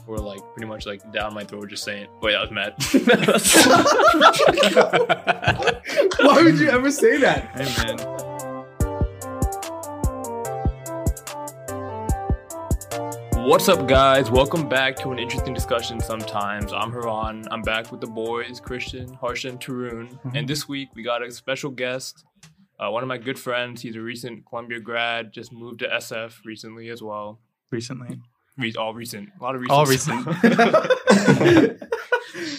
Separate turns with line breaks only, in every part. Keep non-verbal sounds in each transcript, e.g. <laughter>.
pretty much like down my throat, just saying, "Wait, I was
<laughs>
mad." <laughs>
<laughs> Why would you ever say that?
hey man, what's up, guys? Welcome back to an interesting discussion. Sometimes I'm Haran. I'm back with the boys, Christian, Harsha, and Tarun.
Mm-hmm.
And this week we got a special guest, uh, one of my good friends. He's a recent Columbia grad, just moved to SF recently as well.
recently.
Re- all recent, a lot of recent.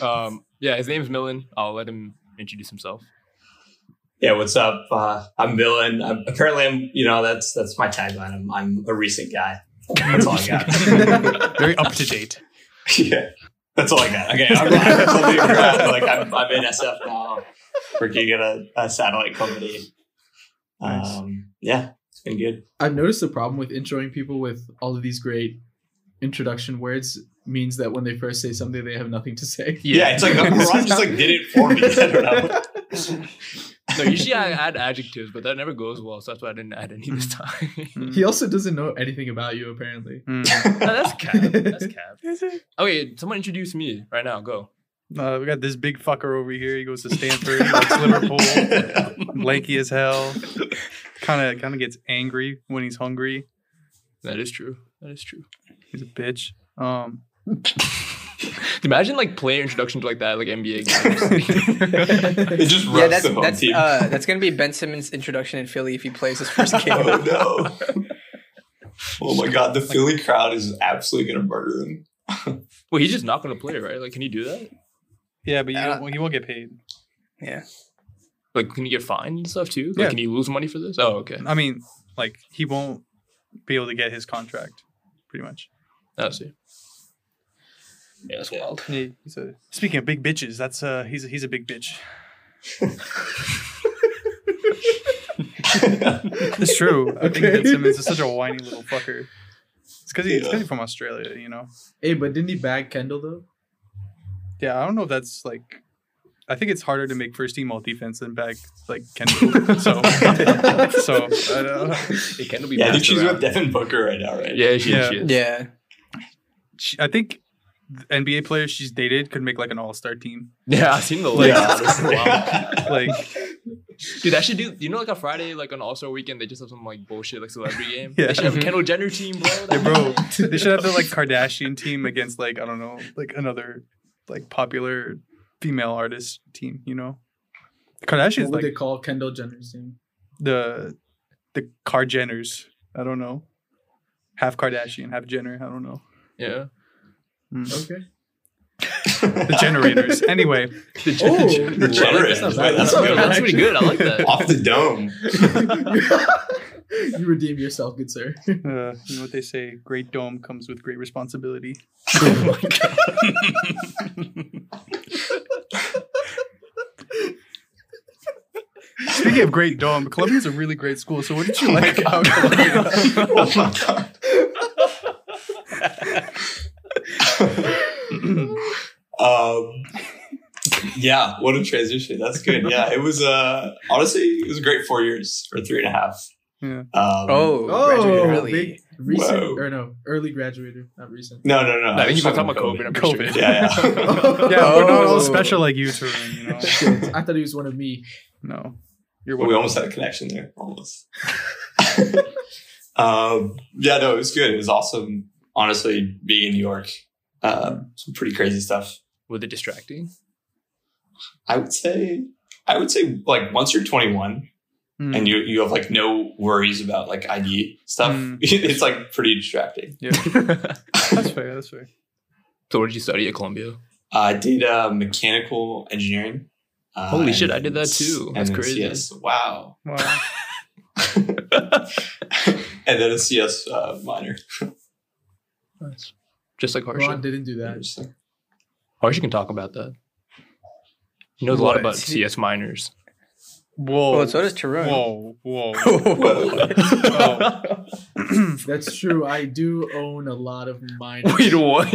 All
um, yeah, his name is Millen. I'll let him introduce himself.
Yeah, what's up? Uh, I'm Millen. I'm, apparently, I'm you know that's that's my tagline. I'm I'm a recent guy. That's all I
<laughs>
got.
<laughs> Very up to date.
yeah, that's all I got. Okay, I'm, I'm totally around. like I'm, I'm in SF now, working at a, a satellite company.
Nice.
Um, yeah, it's been good.
<laughs> I've noticed the problem with introing people with all of these great introduction words means that when they first say something, they have nothing to say.
Yeah, it's like Ron just like did it for me. <laughs> I don't know.
No, usually I add adjectives, but that never goes well, so that's why I didn't add any this time. <laughs>
He also doesn't know anything about you, apparently.
Mm.
No, that's cab. That's cab.
Is it?
Okay, someone introduce me right now. Go.
<laughs> Uh, we got this big fucker over here. He goes to Stanford, he likes
<laughs>
Liverpool, lanky as hell. Kind of, kind of gets angry when he's hungry.
That is true. That is true.
He's a bitch. Um,
<laughs> Imagine like player introductions like that, like NBA games.
it just
Yeah,
roasts
that's
the home
that's
team.
uh, that's gonna be Ben Simmons' introduction in Philly if he plays
<laughs>
his first game.
oh no! Oh my god, the Philly crowd is absolutely gonna murder him.
<laughs> well, he's just not going to play, right? Like, can he do that?
yeah, but you,
Uh,
well, you won't get paid.
yeah,
Like, can he get fined and stuff too? Like,
Yeah.
can he lose money for this? Oh, okay.
I mean, like he won't be able to get his contract. Pretty much.
I see. Yeah, that's wild.
Yeah, he's a, speaking of big bitches, that's uh, he's he's a big bitch.
<laughs>
It's true. I think
Okay.
Ben Simmons is such a whiny little fucker. It's because he, it's 'cause he's from Australia, you know.
hey, but didn't he bag Kendall though?
Yeah, I don't know if that's like. I think it's harder to make first team all defense than back like Kendall. so, <laughs> so I don't know.
It can be.
Yeah, I think
passed
she's
around.
with Devin Booker right now, right?
Yeah, she,
Yeah.
she is.
yeah.
She, I think the NBA players she's dated could make like an all star team.
Yeah, I've seen the
Like,
list. <laughs> Honestly, wow.
Like,
Dude, that should do. You know, like a Friday, like on All Star Weekend, they just have some like bullshit, like celebrity game.
Yeah.
They should have a
Mhm.
Kendall Jenner team, bro. That'd
yeah,
be
bro,
great.
they should have their like Kardashian team against like I don't know, like another like popular female artist team. You know, the Kardashians
what would they
like
call Kendall Jenner's team?
the the Car Jenners. I don't know, half Kardashian, half Jenner. I don't know. Hmm.
Yeah.
<laughs>
Okay. <laughs>
The generators. anyway,
Oh,
The generous.
That's,
bad.
That's
that's,
not
good.
bad.
pretty good. I like
<laughs>
that.
<laughs> Off the dome.
you redeem yourself, good sir. <laughs>
uh, you know what they say: great dome comes with great responsibility.
Oh
<laughs> Speaking of great dome, Columbia's a really great school. So, what did
Oh
you like about Columbia?
<laughs>
oh my god. <laughs> um, yeah, what a transition. That's good. Yeah, it was uh honestly it was a great four years or three and a half.
Yeah.
Um,
Oh,
Oh,
graduated
really?
early.
recent
Whoa.
or no, early graduator, not recent.
no, no, no.
I think you were
was
talking about COVID. I'm pretty
COVID.
Sure. <laughs>
<laughs>
Yeah, yeah.
Yeah, we're not all
Oh.
special like you, Tarun. You know,
Shit, I thought he was one of me.
no, you're
Well, we
welcome.
almost had a connection there, almost. <laughs> um, yeah, no, it was good. It was awesome. Honestly, being in New York, uh, some pretty crazy stuff.
Were they distracting?
I would say, I would say, like once you're 21
Hmm.
Mm.
and you you have like no worries about like ID stuff,
Hmm.
Mm.
<laughs> it's like pretty distracting.
<laughs>
That's fair. That's fair.
So, what did you study at Columbia?
I did uh, mechanical engineering. Uh,
Holy
and
shit, I did
then
that too.
and
That's
then
crazy.
CS. Wow.
Wow.
And then a CS uh, minor.
Nice. Just like
Ron
Harsha.
didn't do that.
Interesting.
Harsha can talk about that. He knows a lot
What?
about CS <laughs> minors.
Whoa.
Well, Oh, so does Tyrone.
Whoa.
<laughs>
Whoa. <clears throat>
Whoa.
Oh.
That's true. I do own a lot
<laughs>
of mine.
<laughs> Wait, <laughs> what?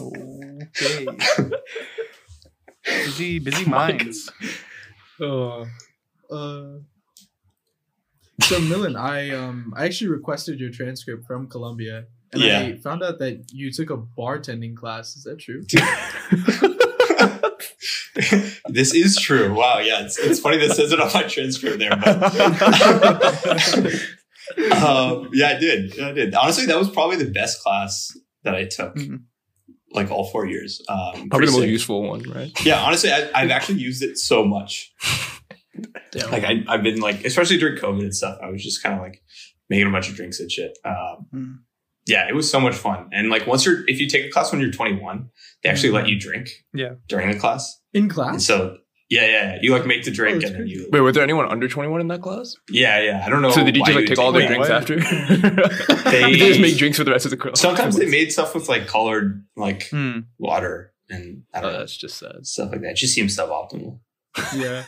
okay. Busy, busy minds.
oh.
Uh, so Millen, I um I actually requested your transcript from Columbia And I
Yeah.
found out that you took a bartending class. Is that true?
this is true. Wow. Yeah. It's, it's funny that says it on my transcript there, but
<laughs>
um, yeah, I did. Yeah, I did. Honestly, that was probably the best class that I took,
Mhm.
like all four years. Um,
Mm-hmm. Probably
pretty
the most
sick.
useful one, right?
Yeah. Honestly, I, I've actually used it so much.
Damn.
Like I, I've been like, especially during COVID and stuff, I was just kind of like making a bunch of drinks and shit. Um,
Hmm.
Mm.
Yeah, it was so much fun. And like once you're, if you take a class when you're 21, they actually
Hmm.
let you drink.
Yeah.
During the class,
In
and <laughs>
class?
so yeah, yeah, yeah, you like make the
Oh,
drink
that's
and then you,
Wait, were there anyone under 21 in that class?
yeah, yeah. I don't know.
so did you
why
just like
you'd
take all their
that.
drinks
Why?
after? <laughs> they, just make drinks for the rest of the class.
Sometimes they made stuff with like colored like
Hmm.
water and I
Oh,
don't know
that's just sad.
stuff like that. It just seems suboptimal.
yeah.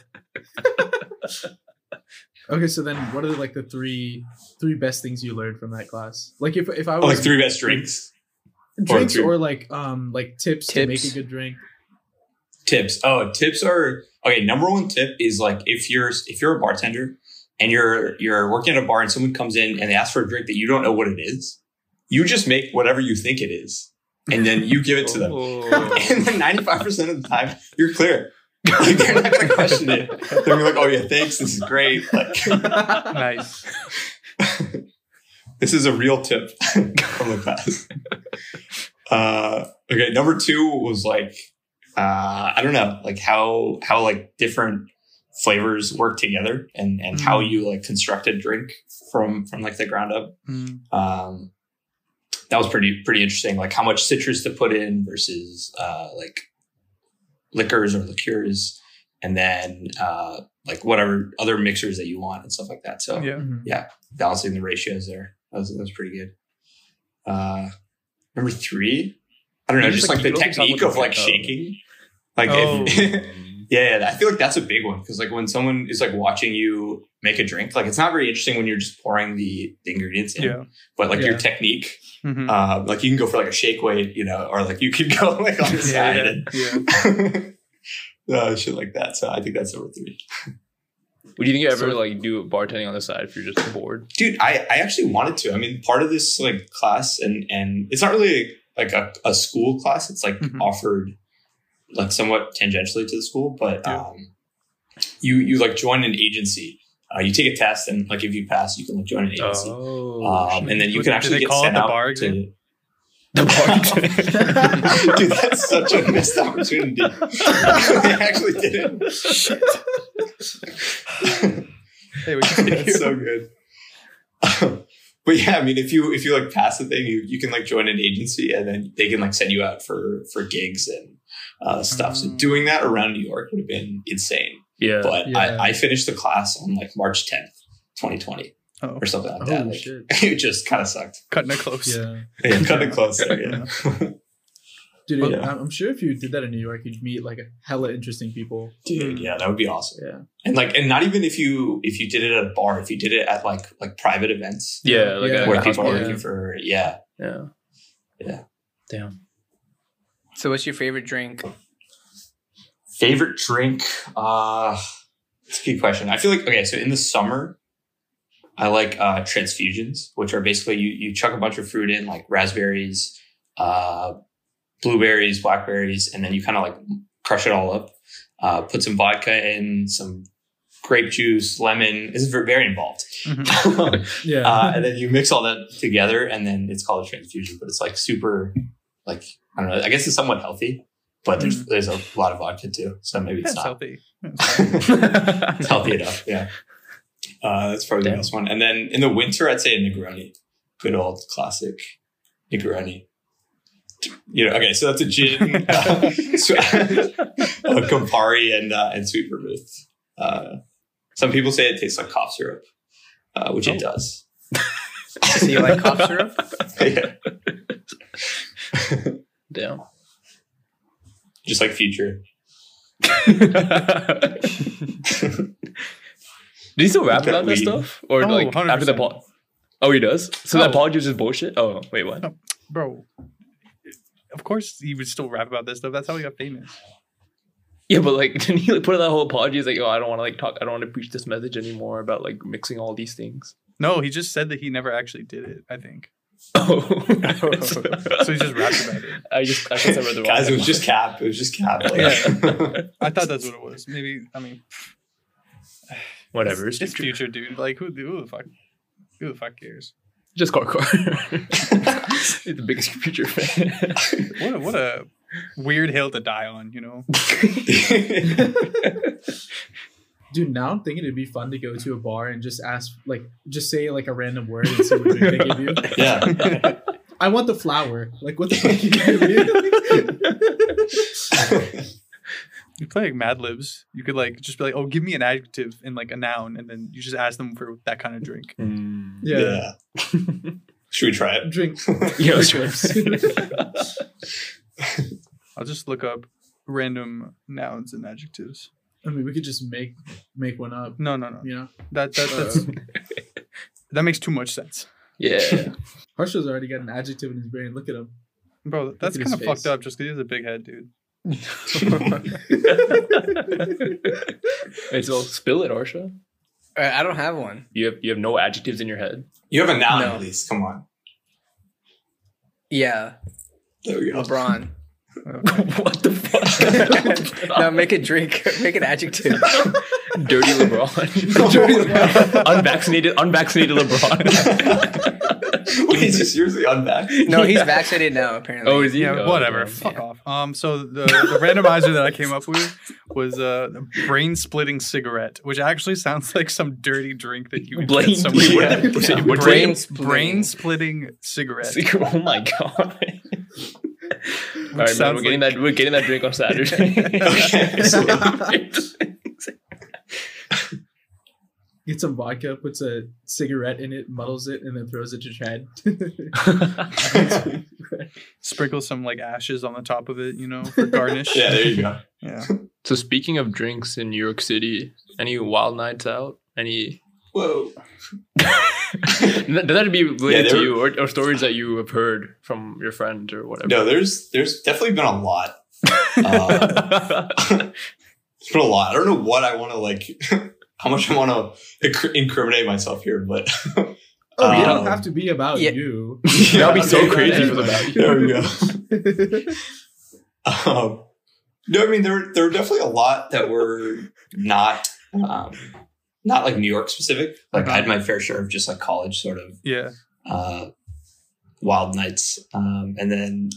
okay, so then what are like the three three best things you learned from that class? Like if if I
Oh,
was
like three best drinks
drinks
or
or,
three-
like um like tips, to make a
Tips.
good drink.
tips. Oh, tips are okay. Number one tip is like if you're if you're a bartender and you're you're working at a bar and someone comes in and they ask for a drink that you don't know what it is, you just make whatever you think it is and then you give it to
<laughs> Oh.
them. And then ninety five percent of the time you're clear. Like they're not gonna question it. They're gonna be like, "Oh yeah, thanks. This is great. Like,
Nice.
this is a real tip from the class. Uh, okay, number two was like uh, I don't know, like how how like different flavors work together and and how you like construct a drink from from like the ground up.
Hmm.
Um, that was pretty pretty interesting. Like how much citrus to put in versus uh, like liquors or liqueurs, and then uh, like whatever other mixers that you want and stuff like that. So
Yeah.
Mm-hmm.
balancing the ratios there. That was, that was pretty good. Uh, number three, I don't know,
You
just,
just, like,
like,
you
the
don't think someone
technique of
can
like
pick up.
shaking. Like,
Oh.
if, <laughs> yeah, yeah, I feel like that's a big one because like when someone is like watching you make a drink, like it's not very interesting when you're just pouring the, the ingredients in,
Yeah.
but like your
Yeah.
technique,
Mhm.
uh, like you can go for like a shake weight, you know, or like you could go like on the
Yeah,
side
yeah, yeah.
and <laughs> uh, shit like that. So I think that's number three.
Would you think you
<laughs>
ever like do bartending on the side if you're just bored?
dude I, I actually wanted to i mean part of this like class and and it's not really like a, a school class it's like
Mhm.
offered like somewhat tangentially to the school but
Yeah.
um you you like join an agency uh, you take a test and like if you pass you can like join an agency
Oh,
um, and then you
What-
can
do
actually
they
get
call it
sent
the
out
bar
to- <laughs>
exam?
<laughs> the bartending.
<laughs>
dude that's such a missed opportunity <laughs> they actually did it <laughs>
Hey, we can hear
it's so good. Um, but yeah, I mean, if you if you like pass the thing, you, you can like join an agency, and then they can like send you out for for gigs and uh, stuff. So
Mm.
doing that around New York would have been insane.
yeah.
But
Uh, Yeah.
I, I finished the class on like March tenth, twenty twenty,
Oh.
or something like that.
oh
Like, <laughs>
shit.
it just kind of
<laughs>
sucked.
cutting it close.
Yeah.
Yeah, kind of close. There, yeah.
Dude,
Well-
I- I'm sure if you did that in New York, you'd meet like hella interesting people.
Dude, yeah, that would be awesome.
Yeah.
And like, and not even if you if you did it at a bar, if you did it at like like private events
yeah, like
Yeah.
a-
where
like a house
people are
party.
looking for, yeah,
Yeah.
Yeah.
Damn.
So, what's your favorite drink?
Favorite drink? Uh it's a good question. I feel like okay, so in the summer, I like uh transfusions, which are basically you you chuck a bunch of fruit in, like raspberries, uh blueberries, blackberries, and then you kind of like crush it all up. Uh put some vodka in, some grape juice, lemon. It's ver- very involved. <laughs>
Yeah.
uh, and then you mix all that together and then it's called a transfusion, but it's like super like I don't know, I guess it's somewhat healthy. But there's there's a lot of vodka too, so maybe it's
That's
not
healthy.
<laughs> it's healthy enough. Yeah. Uh, that's probably the
Damn.
best one. And then in the winter, I'd say a Negroni. Good old classic Negroni. You know, okay, so that's a gin, <laughs> uh, so- a Campari, and uh, and sweet vermouth. Uh, some people say it tastes like cough syrup, uh, which it does. <laughs>
So, you like cough syrup?
Yeah. <laughs>
Damn. <laughs>
Just like future.
Did he still rap
Okay,
about that
we-
stuff? Or
Oh,
like after the
100%.
Paul? Oh, he does. So that
Oh.
Paul is bullshit. Oh, wait, what?
No. Bro, of course he would still rap about this stuff. That's how he got famous.
Yeah, but like, <laughs> didn't he like, put out that whole apology? He's like, oh, I don't want to like talk. I don't want to preach this
<laughs>
message anymore about like mixing all these things. <laughs>
No, he just said that he never actually did it, I think. <laughs>
Oh,
So he just rapped about it.
I just, I guess I read the wrong
Guys, it
headline.
was just cap. It was just cap.
<laughs>
Like,
Yeah.
I thought that's what it was. Maybe I mean
whatever.
It's,
It's,
it's future, dude. Like who, who the fuck? Who the fuck cares?
just car car. You're the biggest future fan.
<laughs> What a, what a weird hill to die on. You know.
Dude, now I'm thinking it'd be fun to go to a bar and just ask, like, just say like a random word and see what drink they give
<laughs>
you.
yeah.
I want the flower. Like, what the fuck you give
<laughs>
me?
You play like Mad Libs. You could like just be like, oh, give me an adjective and like a noun, and then you just ask them for that kind of drink.
yeah.
<laughs> yeah. Should we try it?
Drink.
Yeah,
drink
let's try
chips.
I'll just look up random nouns and adjectives.
I mean, we could just make make one up.
No, no, no.
You know,
That that that's, <laughs> that makes too much sense,
<laughs>
<laughs>
yeah.
Harsha's already got an adjective in his brain. Look at him.
bro. That's
at
kind of
his
fucked
face.
up just because he has a big head, dude.
Wait, so spill it, Arsha.
All right, Uh, I don't have one.
You have you have no adjectives in your head. <laughs>
You have a noun
No.
at least. Come on.
Yeah,
There we go.
LeBron.
what the
<laughs>
fuck?
now make a drink. <laughs> Make an adjective.
Dirty LeBron.
Dirty LeBron.
unvaccinated, unvaccinated LeBron.
<laughs>
<laughs>
Wait, is this seriously unbacked?
No, he's
Yeah.
vaccinated now. Apparently.
oh, is he?
Yeah,
Oh,
whatever.
damn.
Fuck off. Um, so the, the randomizer that I came up with was uh, a brain splitting cigarette, which actually sounds like some dirty drink that you would
Blaine.
get
<laughs>
<laughs> somebody.
Yeah.
would-
What's it- what's
Brain,
it-
Brain-splitting.
brain splitting cigarette.
<laughs> Oh my god. All right, man,
sounds
we're getting
like-
that we're getting that drink on Saturday.
<laughs>
<laughs>
Okay,
Get some vodka, puts a cigarette in it, muddles it, and then throws it to Chad. <laughs>
Sprinkle some like ashes on the top of it, you know, for garnish.
<laughs> Yeah, there you go.
Yeah.
so speaking of drinks in New York City, any wild nights out? Any
Whoa.
that that'd be related
Yeah,
to
there-
you or, or stories that you have heard from your friends or whatever.
No, there's there's definitely been a lot. Uh,
<laughs>
it's been a lot. I don't know what I want to like. <laughs> How much I want to inc- incriminate myself here, but <laughs>
Oh, you
Um,
don't have to be about
yeah.
you.
<laughs>
<laughs>
That'd be so
Okay,
crazy for the
everybody.
value.
There we go.
<laughs>
Um, no, I mean there were- there were definitely a lot that were not um, not like New York specific. Like I had my fair share of just like college sort of
Yeah.
uh, wild nights, um, and then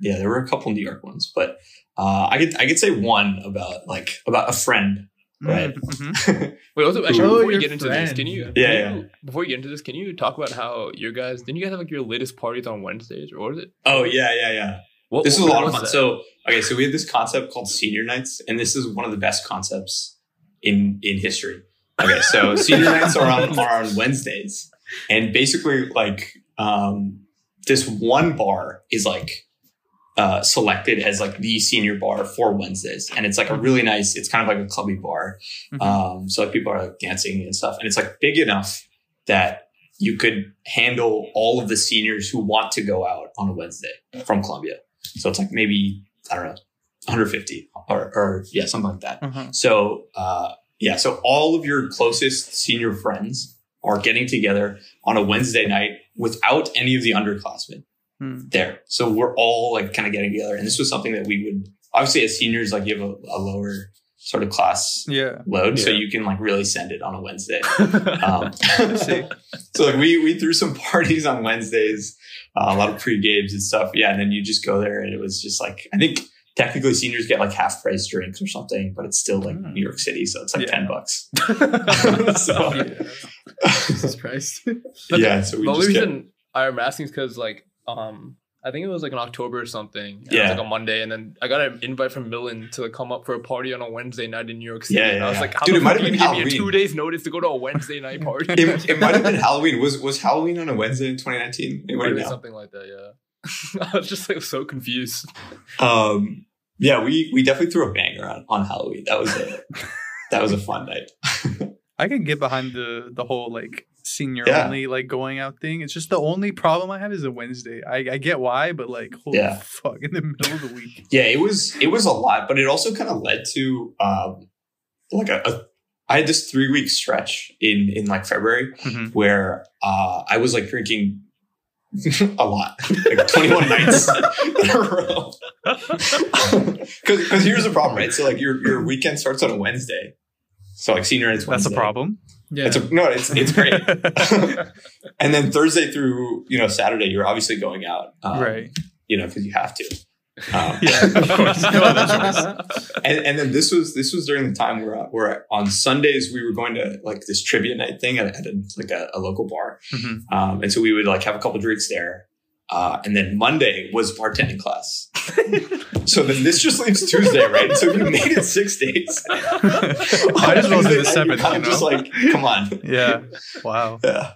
yeah, there were a couple New York ones, but uh, I could I could say one about like about a friend. Right.
Mhm.
Wait, also actually
Oh,
before you
your
get into this, can
friend.
you
Yeah,
can you- before you get into this, can you talk about how your guys didn't you guys have like your latest parties on Wednesdays or what was it?
Oh yeah, yeah, yeah.
What,
this was
what
a lot of
was
fun.
that?
So okay, so we had this concept called senior nights, and this is one of the best concepts in in history.
<laughs>
Okay, so senior nights are on are on Wednesdays, and basically like um, this one bar is like uh, selected as like the senior bar for Wednesdays, and it's like a really nice. It's kind of like a clubby bar,
Mm-hmm.
Mhm.
um, so like people are like dancing and stuff, and it's like big enough that you could handle all of the seniors who want to go out on a Wednesday from Columbia. So it's like maybe I don't know, 150 or, or yeah, something like that.
Uh-huh.
So uh, yeah, so all of your closest senior friends are getting together on a Wednesday night without any of the underclassmen
Hmm.
there. So we're all like kind of getting together, and this was something that we would obviously as seniors like you have a, a lower sort of class
Yeah.
load, so
Yeah.
you can like really send it on a Wednesday.
<laughs>
<laughs> Um,
I see.
so like we we threw some <laughs> parties on Wednesdays, uh, a lot of pre games and stuff. Yeah, and then you just go there, and it was just like I think technically seniors get like half price drinks or something, but it's still like
Mm.
New York City, so it's like
Yeah.
ten <laughs> bucks. uh,
the
so,
Jesus Christ.
<laughs> yeah, so we
only
just get,
reason I'm asking is because like um I think it was like in October or something. and It
Yeah.
was like a Monday, and then I got an invite from Millen to come up for a party on a Wednesday night in New York City.
Yeah, yeah,
and I was
yeah.
like, how
Dude,
the
it might
fuck
have
you
been
give me a
Halloween.
two days notice to go to a Wednesday
<laughs>
night party?
it, it
<laughs>
might have been Halloween. Was was Halloween on a Wednesday in 2019?
Might
It might
have
have
been
been.
something like that, yeah. <laughs> I was just like so confused.
Um, yeah, we we definitely threw a banger on, on Halloween. That was <laughs> a that was a fun night.
I can get behind the the whole like senior
Yeah.
only like going out thing. It's just the only problem I have is a Wednesday. I, I get why, but like holy
Yeah.
fuck in the middle of the
<laughs>
week.
yeah it was it was a lot but it also kind of led to um like a, a i had this three week stretch in in like february
Mhm.
where uh i was like drinking <laughs> a lot, like 21
<laughs>
nights in a row. <laughs> Because here's the problem, right? So like your your weekend starts on a Wednesday, so like senior night is
That's
Wednesday.
a problem.
Yeah. <laughs>
It's a, no, it's it's <laughs> great. <laughs> and then Thursday through you know Saturday, you're obviously going out, um,
<laughs> right.
You know because you have to. Um,
<laughs>
<laughs>
Yeah, of course. <laughs> No other choice.
and, and then this was this was during the time where where on Sundays we were going to like this trivia night thing at, at a, like a, a local bar,
Mhm.
um, and so we would like have a couple drinks there, uh, and then Monday was bartending class. so then this just leaves Tuesday, right? So you made it six
<laughs>
days.
I just rolled to the seventh, you
I'm
know?
just like, come on.
yeah.
<laughs>
Wow.
Yeah.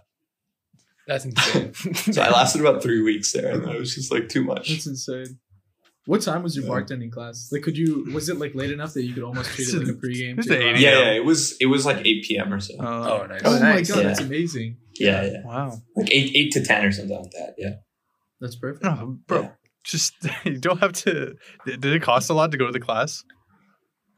That's
<laughs>
insane.
So I lasted about three weeks there, and then it was just like too much.
That's insane. What time was your
Yeah.
bartending class? Like, could you? Was it like late enough that you could almost treat it like a pregame?
It's
to
the
your-
80s.
Yeah, yeah, it was it was like eight p.m. or so.
oh,
Uh,
nice.
Oh my
Nice.
god, that's
Yeah.
amazing.
yeah, yeah,
Wow.
like eight eight to ten or something like that. Yeah.
That's perfect.
Oh, bro.
Yeah.
Just <laughs> you don't have to. Did did it cost a lot to go to the class? <sighs>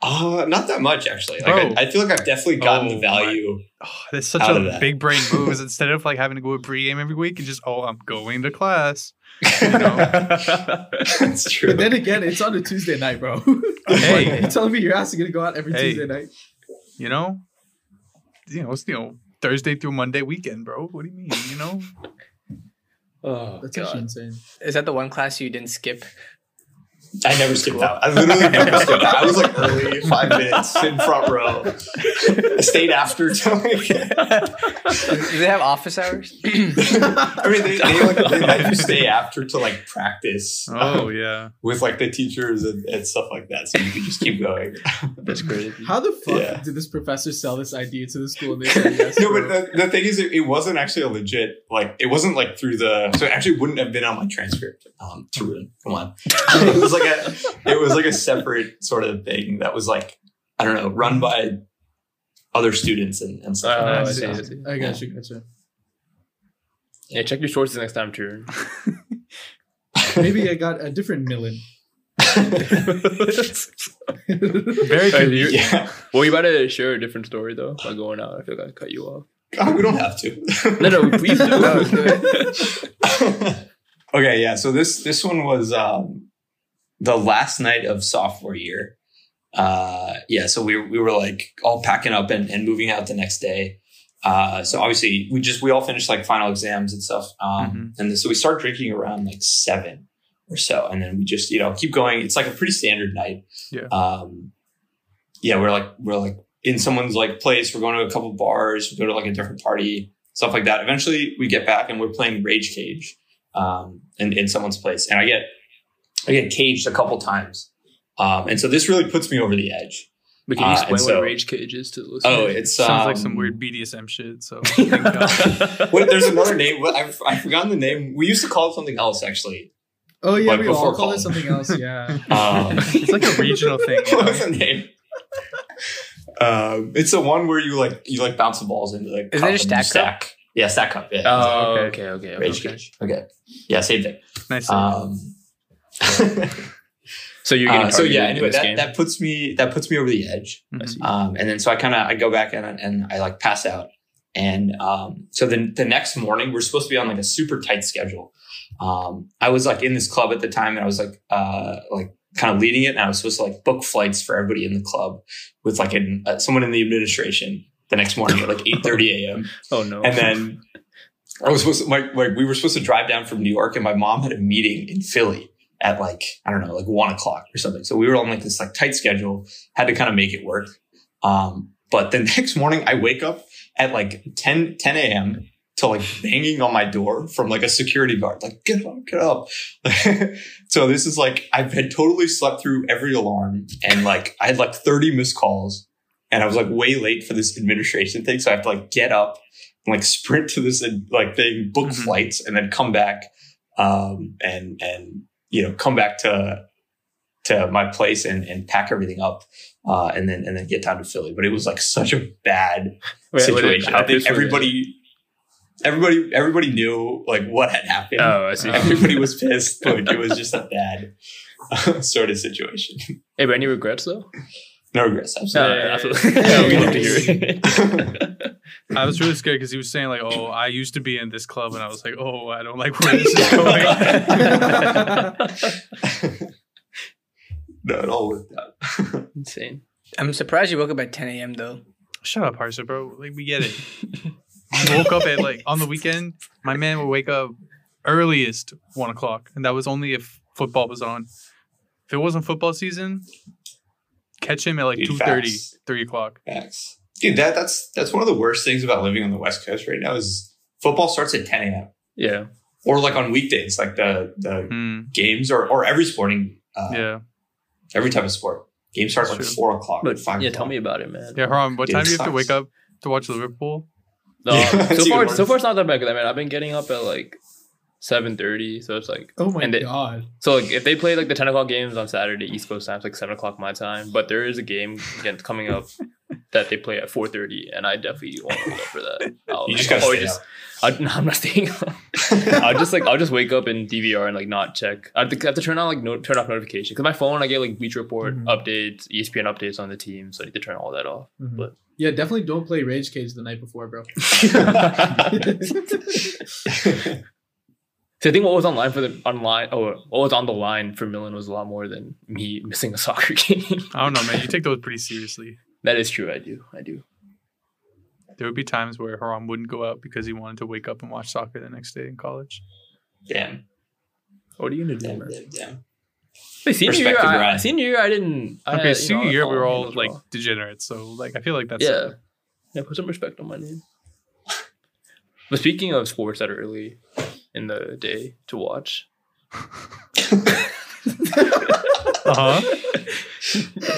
Uh, not that much actually.
Bro.
Like I, I feel like I've definitely gotten
Oh,
the value. <laughs>
Oh, that's such
Out of
a
that.
big brain move.
<laughs>
Is instead of like having to go to pregame every week, you just oh, I'm going to class. You know?
<laughs> That's true.
But then again, it's on a Tuesday night,
<laughs>
bro.
Hey.
you're telling me your ass is gonna go out every
Hey.
Tuesday night?
you know, you know, it's you know Thursday through Monday weekend, bro. What do you mean? You know,
oh,
That's actually
God.
<laughs>
insane.
Is that the one class you didn't skip?
I never skipped out. I literally never skipped out. I was like <laughs> early, five minutes in front row. I stayed after. till, like-
Do they have office hours?
I mean, they, they like they let you stay after to like practice
oh
um,
yeah,
with like the teachers and, and stuff like that, so you could just keep going.
That's crazy.
How the fuck
Yeah.
did this professor sell this idea to the school? And they said yes,
<laughs> no,
bro?
but uh, the, the thing is, it, it wasn't actually a legit, like, it wasn't like through the, so it actually wouldn't have been on my transcript. Um, to ruin, come on. <laughs> it was like a, it was like a separate sort of thing that was like, I don't know, run by other students and, and
Oh,
stuff. like
I
that.
see, I
So,
see.
I gotcha, gotcha.
Yeah, check your sources next time, True.
Maybe I got a different Millen.
very
Hey,
convenient.
you-
yeah. <laughs>
Well, you about to share a different story though by going out. I feel like I cut you off.
Oh, we don't have to.
No, no, please <laughs> do.
No, do
<laughs> okay, yeah. So this this one was um, the last night of sophomore year. Uh, yeah, so we we were like all packing up and, and moving out the next day. Uh, so obviously we just we all finished like final exams and stuff. Um, and then, so we start drinking around like seven or so, and then we just you know keep going. It's like a pretty standard night.
Yeah.
Um, yeah, we're like we're like in someone's like place. We're going to a couple bars. We go to like a different party stuff like that. Eventually, we get back and we're playing Rage Cage um, in, in someone's place, and I get I get caged a couple times, um, and so this really puts me over the edge.
But can
Uh,
you
and
explain what
so-
rage cage is to the listeners?
<laughs> Oh, it's
Sounds like
um,
some weird BDSM shit. So thank God.
What, there's another name. What, I've, I've forgotten the name. We used to call it something else, actually.
Oh yeah,
Like
we all
before
call it
college.
something else. Yeah,
<laughs> Um,
it's like a regional thing.
<laughs>
you
what was
know?
the name? Um, it's the one where you like you like bounce the balls into the
Isn't
cup
it a
and you
stack cup?
Yeah, stack cup. Yeah,
<laughs> Oh,
Okay.
okay, okay, okay.
Rage Cage. Okay, yeah, same thing.
Nice.
Ah, Um,
So you're getting
Uh, so
targeted in
yeah, anyway,
this
that,
game.
that puts me that puts me over the edge,
Mhm.
um, and then so I kind of I go back and and I like pass out, and um, so then the next morning we're supposed to be on like a super tight schedule. Um, I was like in this club at the time, and I was like uh, like kind of leading it, and I was supposed to like book flights for everybody in the club with like an, uh, someone in the administration the next morning at like eight thirty a.m.
oh no.
And then I was supposed to, my, my, we were supposed to drive down from New York, and my mom had a meeting in Philly at like, I don't know, like one o'clock or something. So we were on like this like tight schedule, had to kind of make it work. Um, but the <laughs> next morning I wake up at like 10, 10 a.m. to like banging on my door from like a security guard, like, get up, get up. <laughs> so this is like, I've had totally slept through every alarm and like I had like 30 missed calls and I was like way late for this administration thing. So I have to like get up and like sprint to this like thing, book
Mhm.
flights and then come back, um, and, and, you know, come back to, to my place and, and pack everything up uh, and then and then get down to Philly. But it was like such a bad
<laughs> Wait, wait,
situation.
how
I think
pissed were they?
everybody, everybody, everybody knew like what had happened.
Oh, I see.
<laughs> Everybody was pissed. Like it was just a bad <laughs> sort of situation.
Hey, but any regrets though?
No regrets. Absolutely.
Yeah, that's what- yeah, <laughs> we need to hear it.
I was really scared because he was saying like, "Oh, I used to be in this club," and I was like, "Oh, I don't like
<laughs>
where this is <laughs> going."
no, it all worked out.
<laughs> Insane.
I'm surprised you woke up at 10 a.m. though. <laughs>
Shut up, Harsa, bro. Like
<laughs>
we get it. I woke up at like on the weekend. My man would wake up earliest one o'clock, and that was only if football was on. If it wasn't football season, catch him at like
Dude,
2.30,
facts.
3 o'clock.
Facts. Dude, that that's that's one of the worst things about living on the West Coast right now is football starts at 10 a.m.
Yeah.
or like on weekdays, like the the
Hmm,
games or or every sporting, uh,
yeah,
every type of sport. Game starts like
True.
four o'clock.
But
five
yeah,
o'clock.
tell me about it, man.
yeah. Haram, what
Dude,
time
it
do you have to wake
sucks.
up to watch Liverpool?
No,
Yeah,
so
<laughs> it's even
far,
worse.
so far it's not that bad. 'cause, I mean, I've been getting up at like seven thirty, so it's like
Oh my
And it-
god.
so. Like, if they play like the ten o'clock games on Saturday East Coast time, it's like seven o'clock my time. But there is a game again coming
<laughs>
up that they play at four thirty, and I definitely won't wake up for that. I'll,
<laughs> You just gotta
I'll <laughs>
stay
just, I, no, I'm not staying
<laughs>
up. I'll just like I'll just wake up in DVR and like not check. I have to, I have to turn on like no, turn off notifications because my phone I get like Beach Report
Mm-hmm.
Mhm.
updates, E ESPN updates on the team, so I need to turn all that
<laughs>
off. <laughs>
Mhm.
But-
Yeah, definitely don't play Rage Cage the night before, bro.
<laughs> So I think what was online for the online oh what was on the line for Milan was a lot more than me missing a <laughs> soccer game.
I don't know, man. You take those pretty seriously.
that is true. I do. I do.
There would be times where Haram wouldn't go out because he wanted to wake up and watch soccer the next day in college.
<laughs> damn,
What are you gonna
damn, damn, damn.
Wait, senior year,
Respect the
I,
grind.
senior year, I didn't. I,
Okay,
you
senior
know,
year we were
oh,
all
as
like
well.
degenerates, so like I feel like that's
yeah, yeah. Put some respect on my name. But speaking of sports that are early in the day to watch,
uh huh.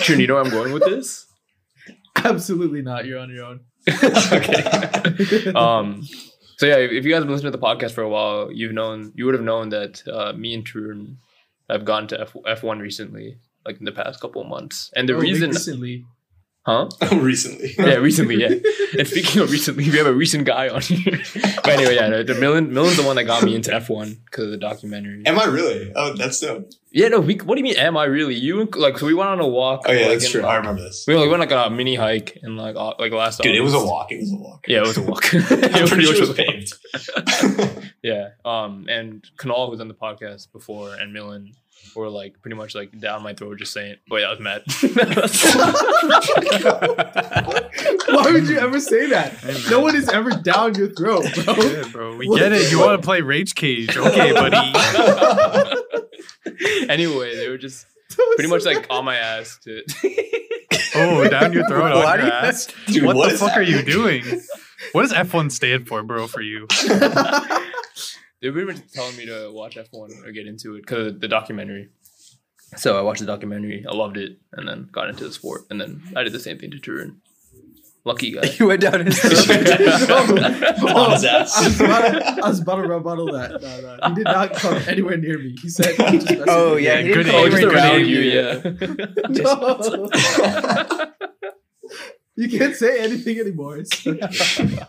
Trin, you know where I'm going with
<laughs>
this. <laughs>
<laughs> Absolutely not. You're on your own.
okay.
<laughs>
um, so yeah, if you guys have been listening to the podcast for a while, you've known you would have known that uh, me and Tarun have gone to F F one recently, like in the past couple of months. And the
Oh,
reason,
recently.
huh?
<laughs> Oh, Recently,
<laughs> Yeah, recently, yeah. and speaking of recently, we have a recent guy on here. but anyway, yeah, no, the Millen Millen's the one that got me into F one because of the documentary.
am I really? Oh, that's so.
yeah, no, we, what do you mean? Am I really you? and- Like, so we went on a walk.
Oh yeah,
like,
that's
in,
true. I
like-
remember this.
we like, went like on a mini hike and like au- like last
Dude, it was a
August.
walk. It was a walk.
Yeah, it was a walk.
<laughs>
<laughs>
I'm
was
pretty sure it <laughs> was
a walk.
paved.
Yeah. Um, and Kanal, who's on the podcast before, and Millen were like pretty much like down my throat, just saying, "Wait, that was Matt." <laughs>
Why would you ever say that?
<laughs> Hey, man.
No one is ever down your throat, bro. <laughs>
Yeah, bro. We
What
get
the
it. You
fuck?
want to play Rage Cage. Okay, buddy.
<laughs> anyway, they were just pretty much like on my ass to. <laughs>
Oh, down your throat.
Why
on
do
your
you-
ass.
<laughs> Dude,
what, the
is
fuck are you
happening?
doing? What does F1 stand for, bro, for you?
they were just telling me to watch F one or get into it because the documentary. So I watched the documentary. I loved it, and then got into the sport, and then I did the same thing to Turin. Lucky
<laughs>
<laughs> guy.
You went down his throat.
On his
<laughs>
I was
ass.
about, I was about to rebuttal
<laughs>
that. No, no. He did not come anywhere near me. He said,
<laughs>
he just messaged
Oh,
me.
yeah, he
Good
didn't call
aim,
you
good
around
aim.
you.
yeah.
<laughs> No.
<laughs>
you can't say anything anymore. It's-
<laughs>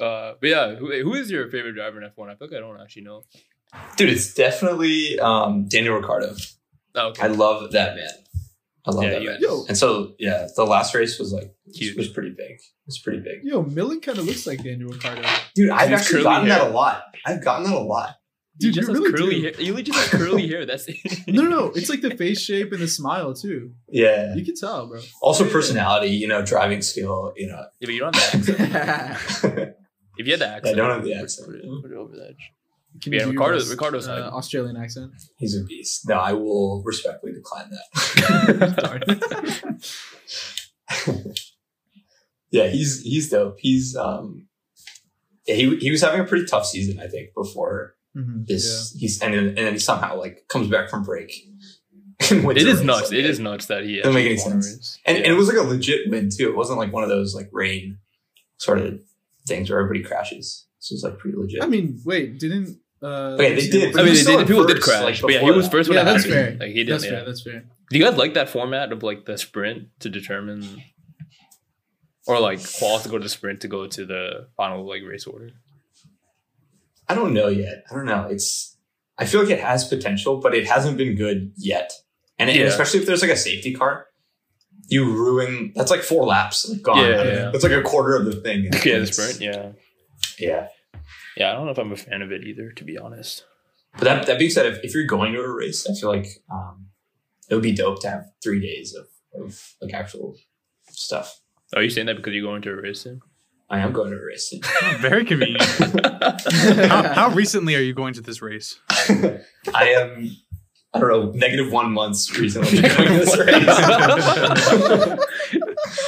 Uh, but yeah, who, who is your favorite driver in F one? I feel like I don't actually know.
Dude, it's definitely um, Daniel Ricciardo.
Oh, okay.
I love that man. I love
Yeah,
that
you-
man.
yo,
And so yeah, the last race was like
Huge.
was pretty big. It's pretty big.
yo, Millen kind of looks like Daniel Ricardo.
Dude, I've
His
actually
curly
gotten that
hair.
a lot. I've gotten that a lot.
He
Dude, you
just has
really
curly
do.
hair. You just has
<laughs>
curly hair. That's it.
No, no, it's like the face shape and the smile too.
Yeah.
You can tell, bro.
Also
Yeah.
personality, you know, driving skill, you know.
Yeah, but you don't have the accent. <laughs> If you had the accent,
don't have the
put it-
accent.
Put it, put it over the edge.
Can
Yeah,
you do
Ricardo-
your,
Ricardo's
uh,
like-
Australian accent.
<laughs>
He's a beast. No, I will respectfully decline that. <laughs> yeah, he's he's dope. He's um yeah, he he was having a pretty tough season, I think, before
Mhm,
this he's and then, and then he somehow like comes back from break. <laughs>
It is nuts. It is nuts that he.
Doesn't make
actually
any
won a
sense.
race.
And,
Yeah.
and it was like a legit win too. It wasn't like one of those like rain sort of things where everybody crashes. This was like pretty legit.
yeah. I mean, wait, didn't? Uh,
Okay, they did.
I
he
mean,
was
they
still
did,
in
people did
first,
crash,
like,
but yeah, he
before
was
that.
first when
Yeah,
it
that's
happened.
fair.
Like he didn't.
That's
yeah.
fair. That's fair.
Do you guys like that format of like the sprint to determine, or like qual to go to the sprint to go to the final like race order? <laughs>
I don't know yet. I don't know. It's I feel like it has potential, but it hasn't been good yet. And, and
Yeah.
especially if there's like a safety car, you ruin. That's like four laps. Like gone.
Yeah, yeah.
That's like a quarter of the thing.
<laughs> Yeah, the sprint. Yeah,
Yeah.
yeah. I don't know if I'm a fan of it either, to be honest.
But that, that being said, if, if you're going to a race, I feel like um, it would be dope to have three days of, of like actual stuff.
Are you saying that because you're going to a race? <laughs>
<laughs>
Then?
I am going to a
<laughs>
race.
Very convenient. how,
<laughs>
how recently are you going to this race?
I am, I don't know, negative one months recently going to
<laughs>
this race.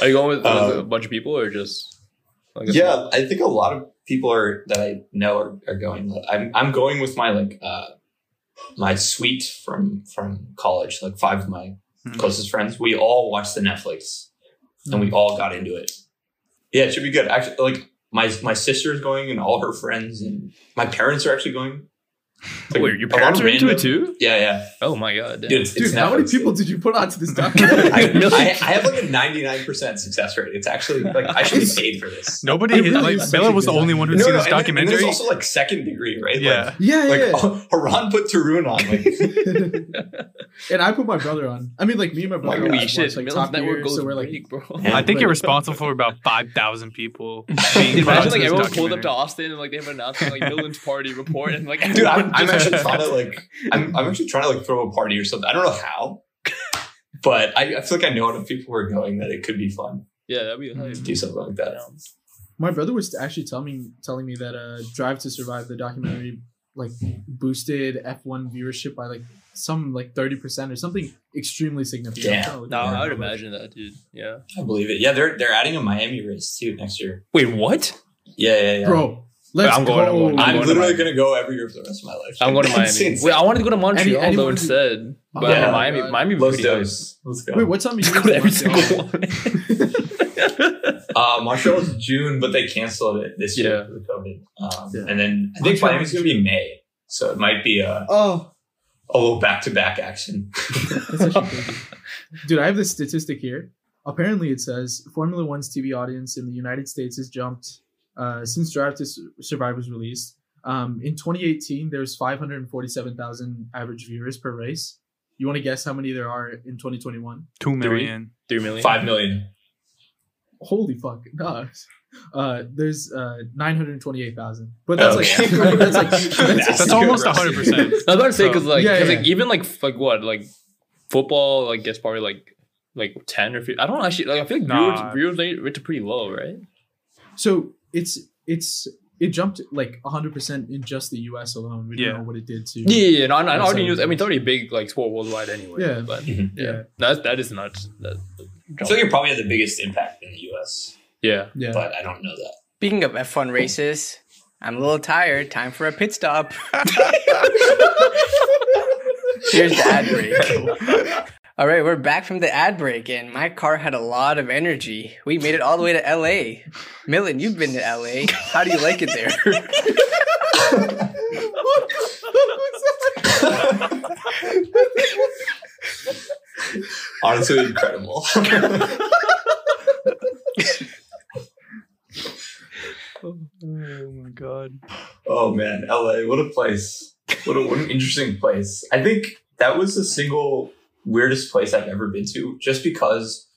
Are you going with, with
Uh,
a bunch of people or just? Like a-
yeah, I think a lot of people are that I know are, are going. I'm I'm going with my like uh, my suite from from college. Like five of my
Mhm.
closest friends. We all watched the Netflix, and we all got into it. Yeah, it should be good. Actually, like my my sister is going, and all her friends, and my parents are actually going. It's like
Wait, your
a lot
parents
of
are into it
random-
too?
Yeah, yeah,
Oh my god, damn.
dude. It's,
Dude,
it's
how many
Netflix. <laughs>
people <laughs> did you put onto this
<laughs>
I,
documentary?
I, I have like a 99% success rate. It's actually like I should be paid for this.
Nobody,
It really
like,
is such
Bella
a
was the
good
only one who'd
No,
seen
no,
this
and then- and
documentary.
there's also like second degree, right?
yeah.
<laughs> yeah,
Like,
yeah. <laughs>
like
oh.
<laughs> Haran put Tarun on. Like,
and I put my brother on. I mean, like me and Oh my brother.
Holy
watch,
shit,
like,
Millen's
top
network
gear,
goes
so we're like,
big, bro.
Yeah.
I think
But-
you're responsible for about 5,000 people.
Dude,
being brought
imagine
to
like
this
everyone pulled up to
documentary.
Austin and like they have an announcement
<laughs>
like Millen's party report and like
dude,
everyone
I'm, I'm
just-
actually trying to like, I'm, I'm actually trying to like throw a party or something. I don't know how, but I, I feel like I know enough people were going that it could be fun
<laughs> yeah, that'd be hype.
to do something like that.
my brother was actually telling me telling me that uh, Drive to Survive, the documentary, like boosted F1 viewership by like some like thirty percent or something extremely significant.
Yeah.
I'm trying to look
No,
at it.
I would imagine that, dude. Yeah.
I believe it. Yeah, they're they're adding a Miami race too next year.
Wait, what?
Yeah, yeah, yeah.
bro. Let's
I'm
go.
going, I'm going,
I'm,
going to
literally
Miami.
gonna go every year for the rest of my life.
I'm
<laughs>
going to
That's
Miami.
insane.
Wait, I wanted to go to Montreal
anyone
though
who-
instead, but
Yeah.
Miami, Miami, would be
Let's
pretty
go.
hype.
Let's go.
Wait, what time is
<laughs> Go to <laughs> every
Montreal?
single
<laughs>
one. <laughs>
Uh, Montreal is June, but they canceled it this year
Yeah.
for COVID. Um,
Yeah.
And then I think
Montreal
Miami's
is
going to be May, so it might be a,
Oh,
a little back-to-back action.
that's actually crazy. <laughs> dude. I have this statistic here. Apparently, it says Formula One's TV audience in the United States has jumped uh, since Drive to Sur- Survive was released. Um, in 2018, there was 547,000 average viewers per race. You want to guess how many there are in 2021?
2 million.
Three million.
Five million.
holy fuck <laughs> no uh there's uh 928000 but that's
Okay.
<laughs> like but that's like that's,
That's
good,
almost
Rusty.
100%.
<laughs> I was about to say because
So-
like,
Yeah,
'cause,
yeah,
like
yeah.
even like f- like what like football like gets probably like like ten or 15. I don't actually like I feel like viewers
Nah.
viewers rate are pretty low, right?
<laughs> so it's it's it jumped like 100% in just the us alone we don't
Yeah.
know what it did to
Yeah, yeah, yeah. No, I, I already knew.
That's
I mean, it's already a big like sport worldwide anyway.
Yeah.
but yeah,
Mhm.
Yeah.
that's that is nuts. That,
I feel like it probably had the biggest impact in the U.S.,
yeah,
yeah
but I don't know that.
Speaking of F1 races, I'm a little tired. Time for a pit stop. Here's the ad break. All right, we're back from the ad break, and my car had a lot of energy. We made it all the way to LA. Millen, you've been to LA. How do you like it
<laughs>
there?
Honestly, <laughs> incredible.
Oh my god.
oh man, LA, what a place! What, a, what an interesting place. I think that was the single weirdest place I've ever been to, just because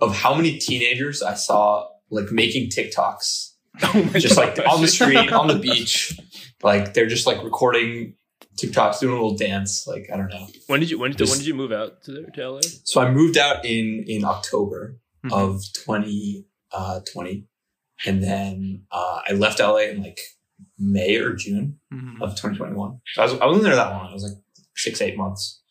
of how many teenagers I saw like making TikToks
oh my
<laughs> just like
gosh.
on the street, on the beach. Like they're just like recording TikToks, doing a little dance. Like I don't know.
When did you when did,
Just-
when did you move out to, to LA?
So I moved out in in October
Mhm.
of twenty uh, twenty, and then uh, I left LA in like May or June
Mhm.
of twenty twenty one. Mm. I was I wasn't there that long. I was like six eight months.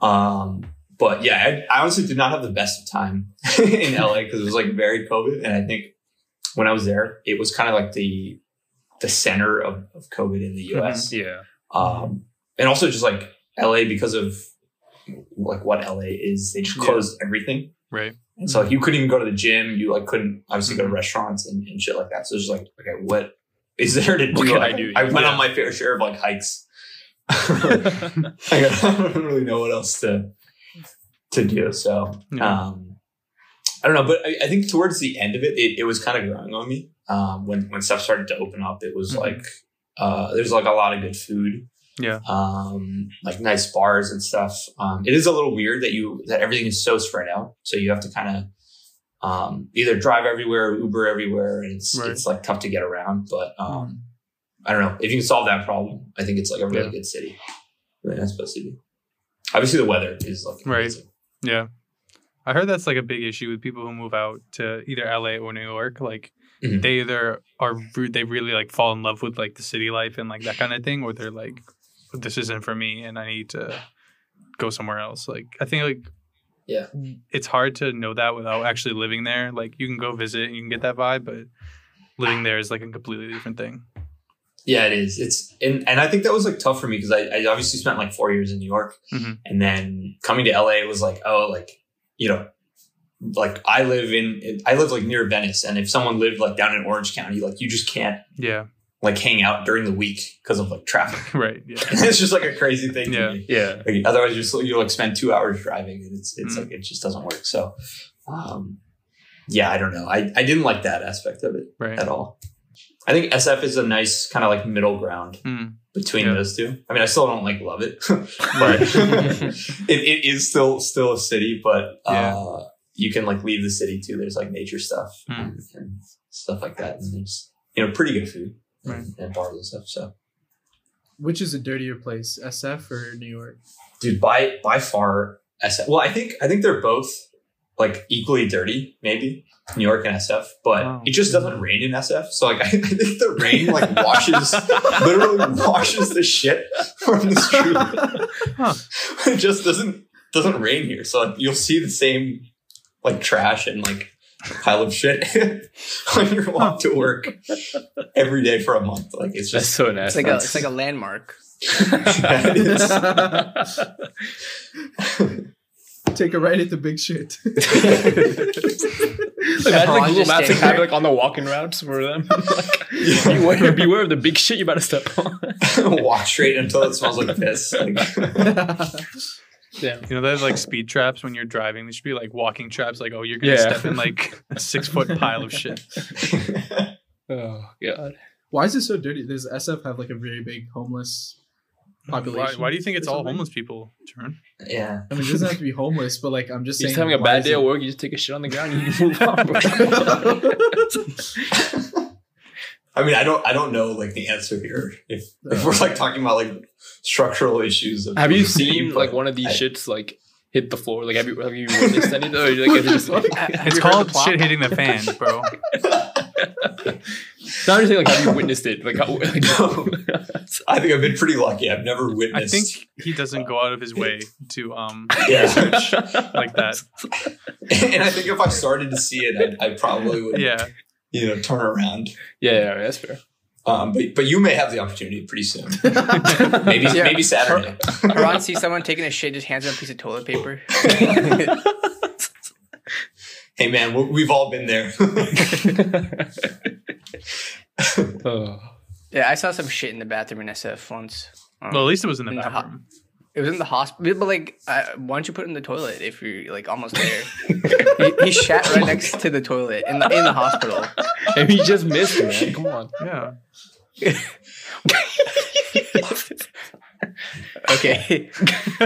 Um. But yeah, I, I honestly did not have the best of time <laughs> in LA because it was like very COVID, and I think when I was there, it was kind of like the the center of, of COVID in the U.S.
Yeah,
Um, and also just like LA because of like what LA is, they just
Yeah.
closed everything.
Right.
And so like you couldn't even go to the gym. You like couldn't obviously go to restaurants and, and shit like that. So it's just like, okay, what is there to do?
What can
Like,
I do?
went
Yeah.
on my fair share of like hikes. <laughs> I <laughs> don't really know what else to to do. So
Yeah.
um, I don't know, but I, I think towards the end of it, it, it was kind of growing on me. Um, when when stuff started to open up, it was
Mhm.
like uh, there's like a lot of good food
Yeah.
Um, like nice bars and stuff. Um, it is a little weird that you that everything is so spread out, so you have to kind of um, either drive everywhere or Uber everywhere, and it's
Right. Mm.
it's like tough to get around. But um, I don't know if you can solve that problem. I think it's like a really
Yeah.
good city, really nice place to be. Obviously, the weather is like
Right.
amazing.
Yeah. I heard that's like a big issue with people who move out to either LA or New York. Like
Mhm.
they either are re- they really like fall in love with like the city life and like that kind of thing, or they're like, this isn't for me and I need to go somewhere else. Like I think like
Yeah.
it's hard to know that without actually living there. Like you can go visit and you can get that vibe, but living there is like a completely different thing.
Yeah, it is. It's and and I think that was like tough for me because I, I obviously spent like four years in New York,
Mhm.
and then coming to LA was like, oh, like you know, like I live in in- I live like near Venice, and if someone lived like down in Orange County, like you just can't
Yeah. <laughs>
like hang out during the week because of like traffic. <laughs>
Right. Yeah.
it's just like a crazy thing.
Yeah.
To me.
<laughs> Yeah.
Like, otherwise, you're you like spend two hours driving, and it's
Mm.
it's like it just doesn't work. So, um, yeah, I don't know. I I didn't like that aspect of it
Right.
at all. I think SF is a nice kind of like middle ground
Mm.
between
Yeah.
those two. I mean, I still don't like love it, <laughs> but it, it is still still a city. But uh, you can like leave the city too. There's like nature stuff
Mm.
and, and stuff like that, and there's you know pretty good food
Right.
and, and bars and stuff. So,
Which is a dirtier place, SF or New York?
dude, by by far SF. Well, I think I think they're both like equally dirty, maybe New York and SF. But
Wow.
it just doesn't rain in SF, so like <laughs> I, I think the rain like washes literally washes the shit from the street. <laughs> it just doesn't doesn't rain here, so like, you'll see the same like trash and like pile of shit <laughs> on your walk to work every day for a month. Like it's
<laughs> That's
just <laughs>
so
It's
nasty.
like a it's like a landmark.
that is-
Take a right at the big shit.
Imagine like,
I'll
Google
just
Maps
stay
like, have it
here.
like on the walking routes for
<laughs>
them. <laughs> like, <laughs> beware, beware of the big shit you about to step on.
walk straight until it smells like piss. Like,
You know, there's like speed traps when you're driving. They should be like walking traps. Like, oh, you're gonna
Yeah.
step in like a six foot pile of shit.
Oh god.
Why is it so dirty? Does SF have like a very big homeless
Why,
population?
why do you think it's
or
all
something?
homeless people, Turn?
yeah.
I mean, it doesn't have to be homeless, but like I'm just
You're
saying,
just having a
why
bad
is
day
it-
at work. You just take a shit on the ground. and You move on. Bro. <laughs>
<laughs>
I mean, I don't, I don't know like the answer here. If, if we're like talking about like structural issues, of
have you
<laughs> the city,
seen
but
like one of these
I-
shits like hit the floor? Like have you have you witnessed any of those? Or, like, is it just, like,
Have
It's
you heard the
called
plot?
shit hitting the fan, bro.
<laughs> no, I'm just saying like have you witnessed it? Like, how, like <laughs>
No. I think I've been pretty lucky. I've never
I
witnessed.
think he doesn't go out of his way to um
<laughs>
<laughs> yeah.
like that.
and I think if I started to see it, I, I probably would,
Yeah,
you know, turn around.
yeah, yeah, that's fair.
Um, but but you may have the opportunity pretty soon. maybe
Yeah.
maybe Saturday.
Ron sees someone taking a shit, just hands him a piece of toilet
<laughs>
paper.
hey man, we- we've all been there. <laughs>
Oh.
yeah, I saw some shit in the bathroom in SF once. Um,
well, at least it was in the
In the hot-
bathroom.
It was in the hospital, but like, uh, why don't you put it in the toilet if you're like almost there? he, he shat right next to the toilet in the in the hospital. <laughs>
And you just missed it, <laughs> man. Come on.
Yeah,
Okay, <laughs>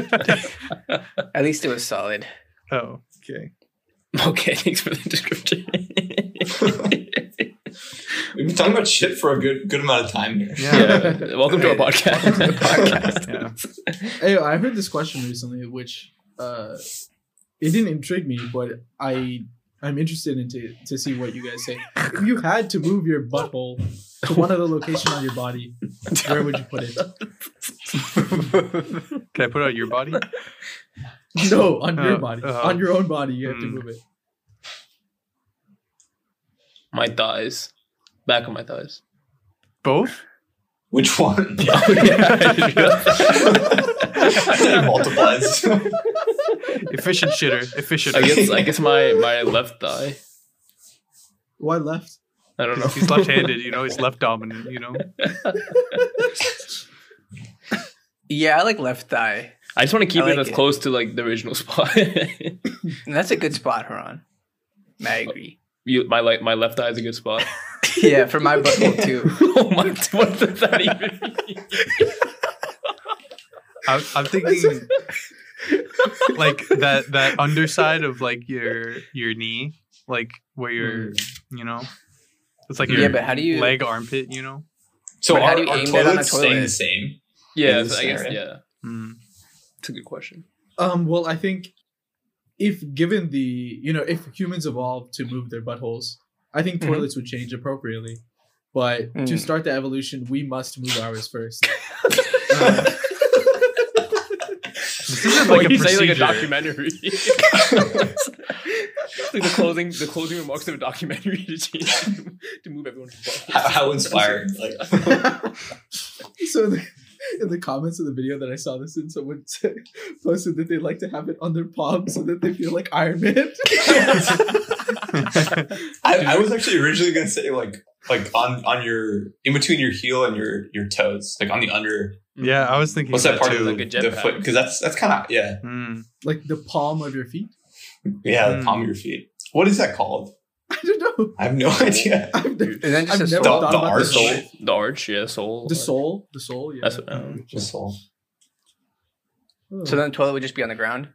at least it was solid.
oh,
Okay, thanks for the description.
We've been talking about shit for a good good amount of time here.
yeah,
<laughs> yeah. Welcome to our podcast.
yeah.
<laughs> Hey, I heard this question recently, which uh, it didn't intrigue me, but I I'm interested in to, to see what you guys say. If you had to move your butthole to one other location on your body, where would you put it?
Can I put out your body?
<laughs> No, on your
Uh,
body,
uh,
on your own body, you have to
hmm.
move it.
My thighs. Back of my thighs.
Both? <laughs>
Which one? it
I
<laughs> multiplies.
Efficient shitter. Efficient.
guess I guess my, my left thigh.
Why left?
I don't know.
He's left-handed, you know. He's left dominant, you know.
Yeah, I like left thigh.
<laughs> I just want to keep
I
it
like
as
it.
close to like the original spot. <laughs>
And that's a good spot, Haran. I agree.
you, my like my left eye is a good spot. <laughs>
Yeah, for my butthole too.
oh my! What does that even mean?
I, I'm thinking like that that underside of like your your knee, like where your you know, it's like
Yeah,
your
yeah, but how do you?
leg armpit, you know.
So
But how
are,
do you
are
aim that on a
toilets staying
toilet?
the same?
Yeah,
It is
so I guess
there, right?
yeah.
Mm.
It's a good question.
Um, well, I think if given the you know if humans evolved to move their buttholes, I think
Mhm.
toilets would change appropriately. But to
Mm.
start the evolution, we must move ours first. <laughs>
This <laughs> isn't
Like
like a
you say like a
procedure.
documentary. <laughs> like the closing the closing remarks of a documentary to change to move everyone's butt.
How, how
<laughs>
inspiring!
<laughs>
Like,
so in the, in the comments of the video that I saw this in, <laughs> someone said, posted that they like to have it on their palm so that they feel like Iron Man. <laughs>
I, I was actually originally gonna say like like on on your in between your heel and your your toes, like on the under.
<laughs> yeah, I was thinking
What's that part of
too.
the,
Like a
the
jetpack.
foot? Because that's that's kind of yeah
Mm.
like the palm of your feet. <laughs>
yeah
Hmm.
the
Mm.
palm of your feet. What is that called?
I don't know.
I have no <laughs> idea.
I've never,
and then just
I've never
The-
a soul.
thought
<laughs> the
about
arch.
the soul.
The arch, yeah, soul.
The soul. The soul. Yeah.
That's what um,
Just all-
Oh.
So then the toilet would just be on the ground,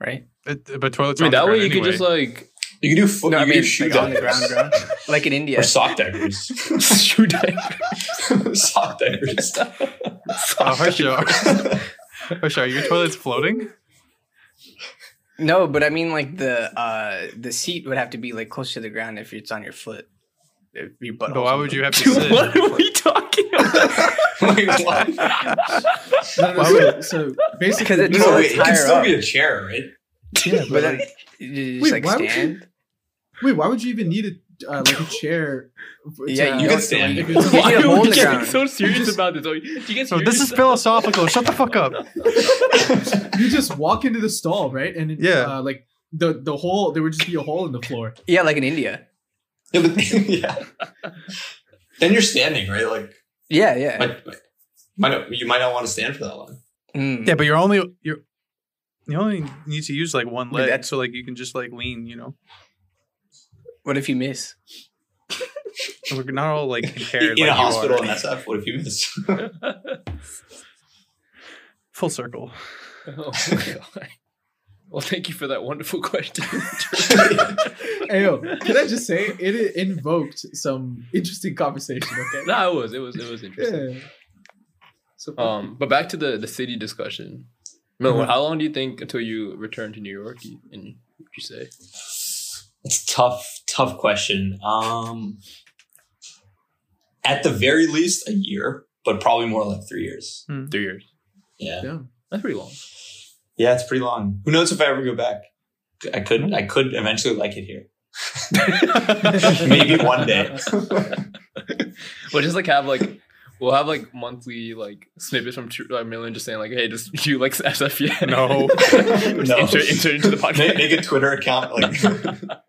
right?
It, but toilets
I mean
are
that
on the
way you
ground
could
anyway.
just like <laughs>
You can do foot.
no,
you
I
can
mean
do shoe
like on the ground,
divers.
ground, like in India.
or sock divers.
shoe diver.
<laughs> sock
<laughs>
divers. <laughs>
Uh, Harsha, Harsha, are your toilets floating?
No, but I mean like the uh the seat would have to be like close to the ground if it's on your foot. If your butt.
But why would you have to
Dude,
sit?
what are we talking about?
Wait, what?
No, no, no, so,
<laughs>
so basically,
Because it
No,
toilet's
wait, it can
higher
still
up.
be a chair, right?
yeah,
<laughs> But then you just
Wait, why
like
would you-
stand.
Wait, why would you even need a uh, like a chair? for- to-
Yeah,
You
you
can
don't
stand.
if it's-
You
Why
need a hole
are
in
we
the
getting
ground.
so serious about this? Are you- Do you guys
No,
hear
this is
yourself?
philosophical. Shut the fuck up.
you just walk into the stall, right? And it,
Yeah.
uh, like the the hole, there would just be a hole in the floor.
Yeah, like in India.
Yeah, but <laughs> yeah. Then you're standing, right? Like,
Yeah, yeah.
might, might not, you might not want to stand for that long.
Mm.
Yeah, but you're only you're you only need to use like one
Yeah,
leg,
that's-
so like you can just like lean. You know,
What if you miss?
we're not all like
In,
impaired.
<laughs> in
like
a
you
hospital
are.
in SF, what if you miss? <laughs>
Full circle.
Oh my god. Well, thank you for that wonderful <laughs> question.
Ayo, can I just say it it invoked some interesting conversation? Okay.
<laughs> no, it was it was it was interesting.
Yeah. So
Oh.
Um, but back to the the city discussion. Melvin,
Mhm.
how long do you think until you return to New York? You- And would you say
It's tough, tough question. Um, at the very least, a year, but probably more like three years.
three years?
Yeah,
yeah.
That's pretty long.
yeah, it's pretty long. Who knows if I ever go back? I could, I could eventually like it <laughs> here. <laughs> Maybe one day.
We'll just like have like we'll have like monthly like snippets from Tru- like Million just saying like, hey, does do you like <laughs> SF yet?
<laughs> No.
We'll just
No.
Insert, insert
<laughs>
into the
make,
podcast.
make a Twitter account. <laughs>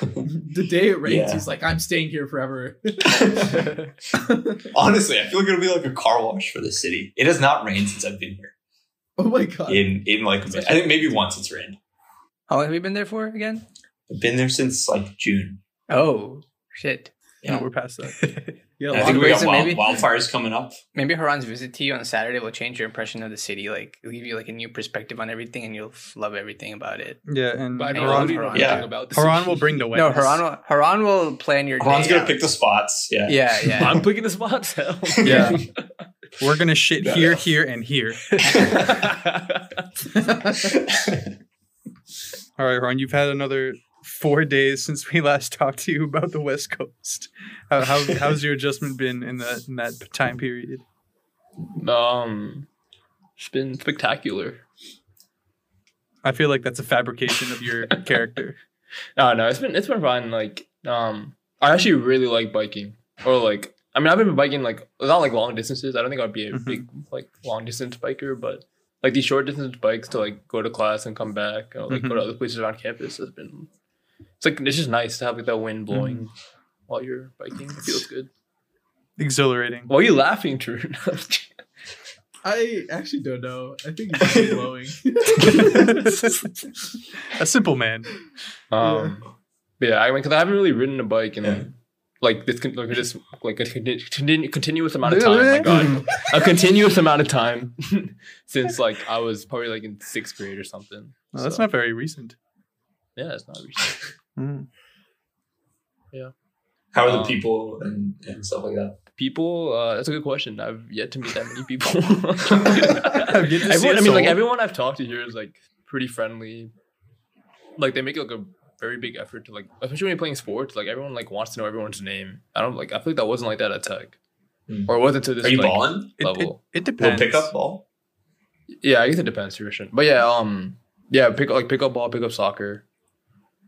Like,
<laughs> the day it rains,
Yeah.
he's like, "I'm staying here forever." <laughs>
honestly, I feel like it'll be like a car wash for the city. It has not rained since I've been here.
oh my god.
In in like, I think maybe once it's rained.
How long have you been there for again?
I've been there since like June.
Oh shit.
No, we're past that.
Yeah,
I think
long,
we got
reason,
wild,
maybe.
wildfires coming up.
Maybe Haran's visit to you on Saturday will change your impression of the city, like leave you like a new perspective on everything, and you'll f- love everything about it.
Yeah, and
<laughs> But I know
Haran-
we
Haran,
don't know
Haran.
anything
Yeah.
about the
Haran
city.
will bring the
No,
wetness.
Haran. Will, Haran will plan your.
Ron's
day
gonna
out.
pick the spots. Yeah.
Yeah,
<laughs>
yeah.
I'm picking the spots. Hell.
Yeah, we're gonna shit
Yeah.
here, here, and here.
<laughs>
All right, Haran, you've had another four days since we last talked to you about the West Coast. How, how how's your adjustment been in that in that time period?
Um, it's been spectacular.
I feel like that's a fabrication of
<laughs>
your character.
No, no, it's been it's been fun. Like, um, I actually really like biking, or like, I mean, I've been biking like not like long distances. I don't think I'd be a
Mhm.
big like long distance biker, but like these short distance bikes to like go to class and come back, or like go to other places around campus has been. It's like it's just nice to have like that wind blowing while you're biking. It feels good.
<laughs>
Exhilarating. <laughs>
Why are you laughing, Drew?
<laughs>
<laughs>
I actually don't know. I think it's just blowing.
a simple man.
um, but yeah, I mean, because I haven't really ridden a bike in
Yeah.
like, like this, con- like this, like a conti- continu- continuous amount of time. my
<laughs>
God, a continuous amount of time <laughs> since like I was probably like in sixth grade or something.
No, Oh, that's
So,
not very recent.
Yeah, that's not recent.
How are the
Um,
people and, and stuff like that?
People, uh, that's a good question. I've yet to meet that many people.
I've yet to
<laughs>
see
everyone,
a
I mean, like
soul.
everyone I've talked to here is like pretty friendly. Like they make like a very big effort to like, especially when you're playing sports. Like everyone like wants to know everyone's name. I don't like. I feel like that wasn't like that at Tech,
Hmm.
or it wasn't to this.
Are you
like,
balling?
It, it,
Level.
it
Little
depends.
pickup ball?
Yeah, I guess it depends, tuition. But yeah, um, yeah, pick like pick up ball, pick up soccer.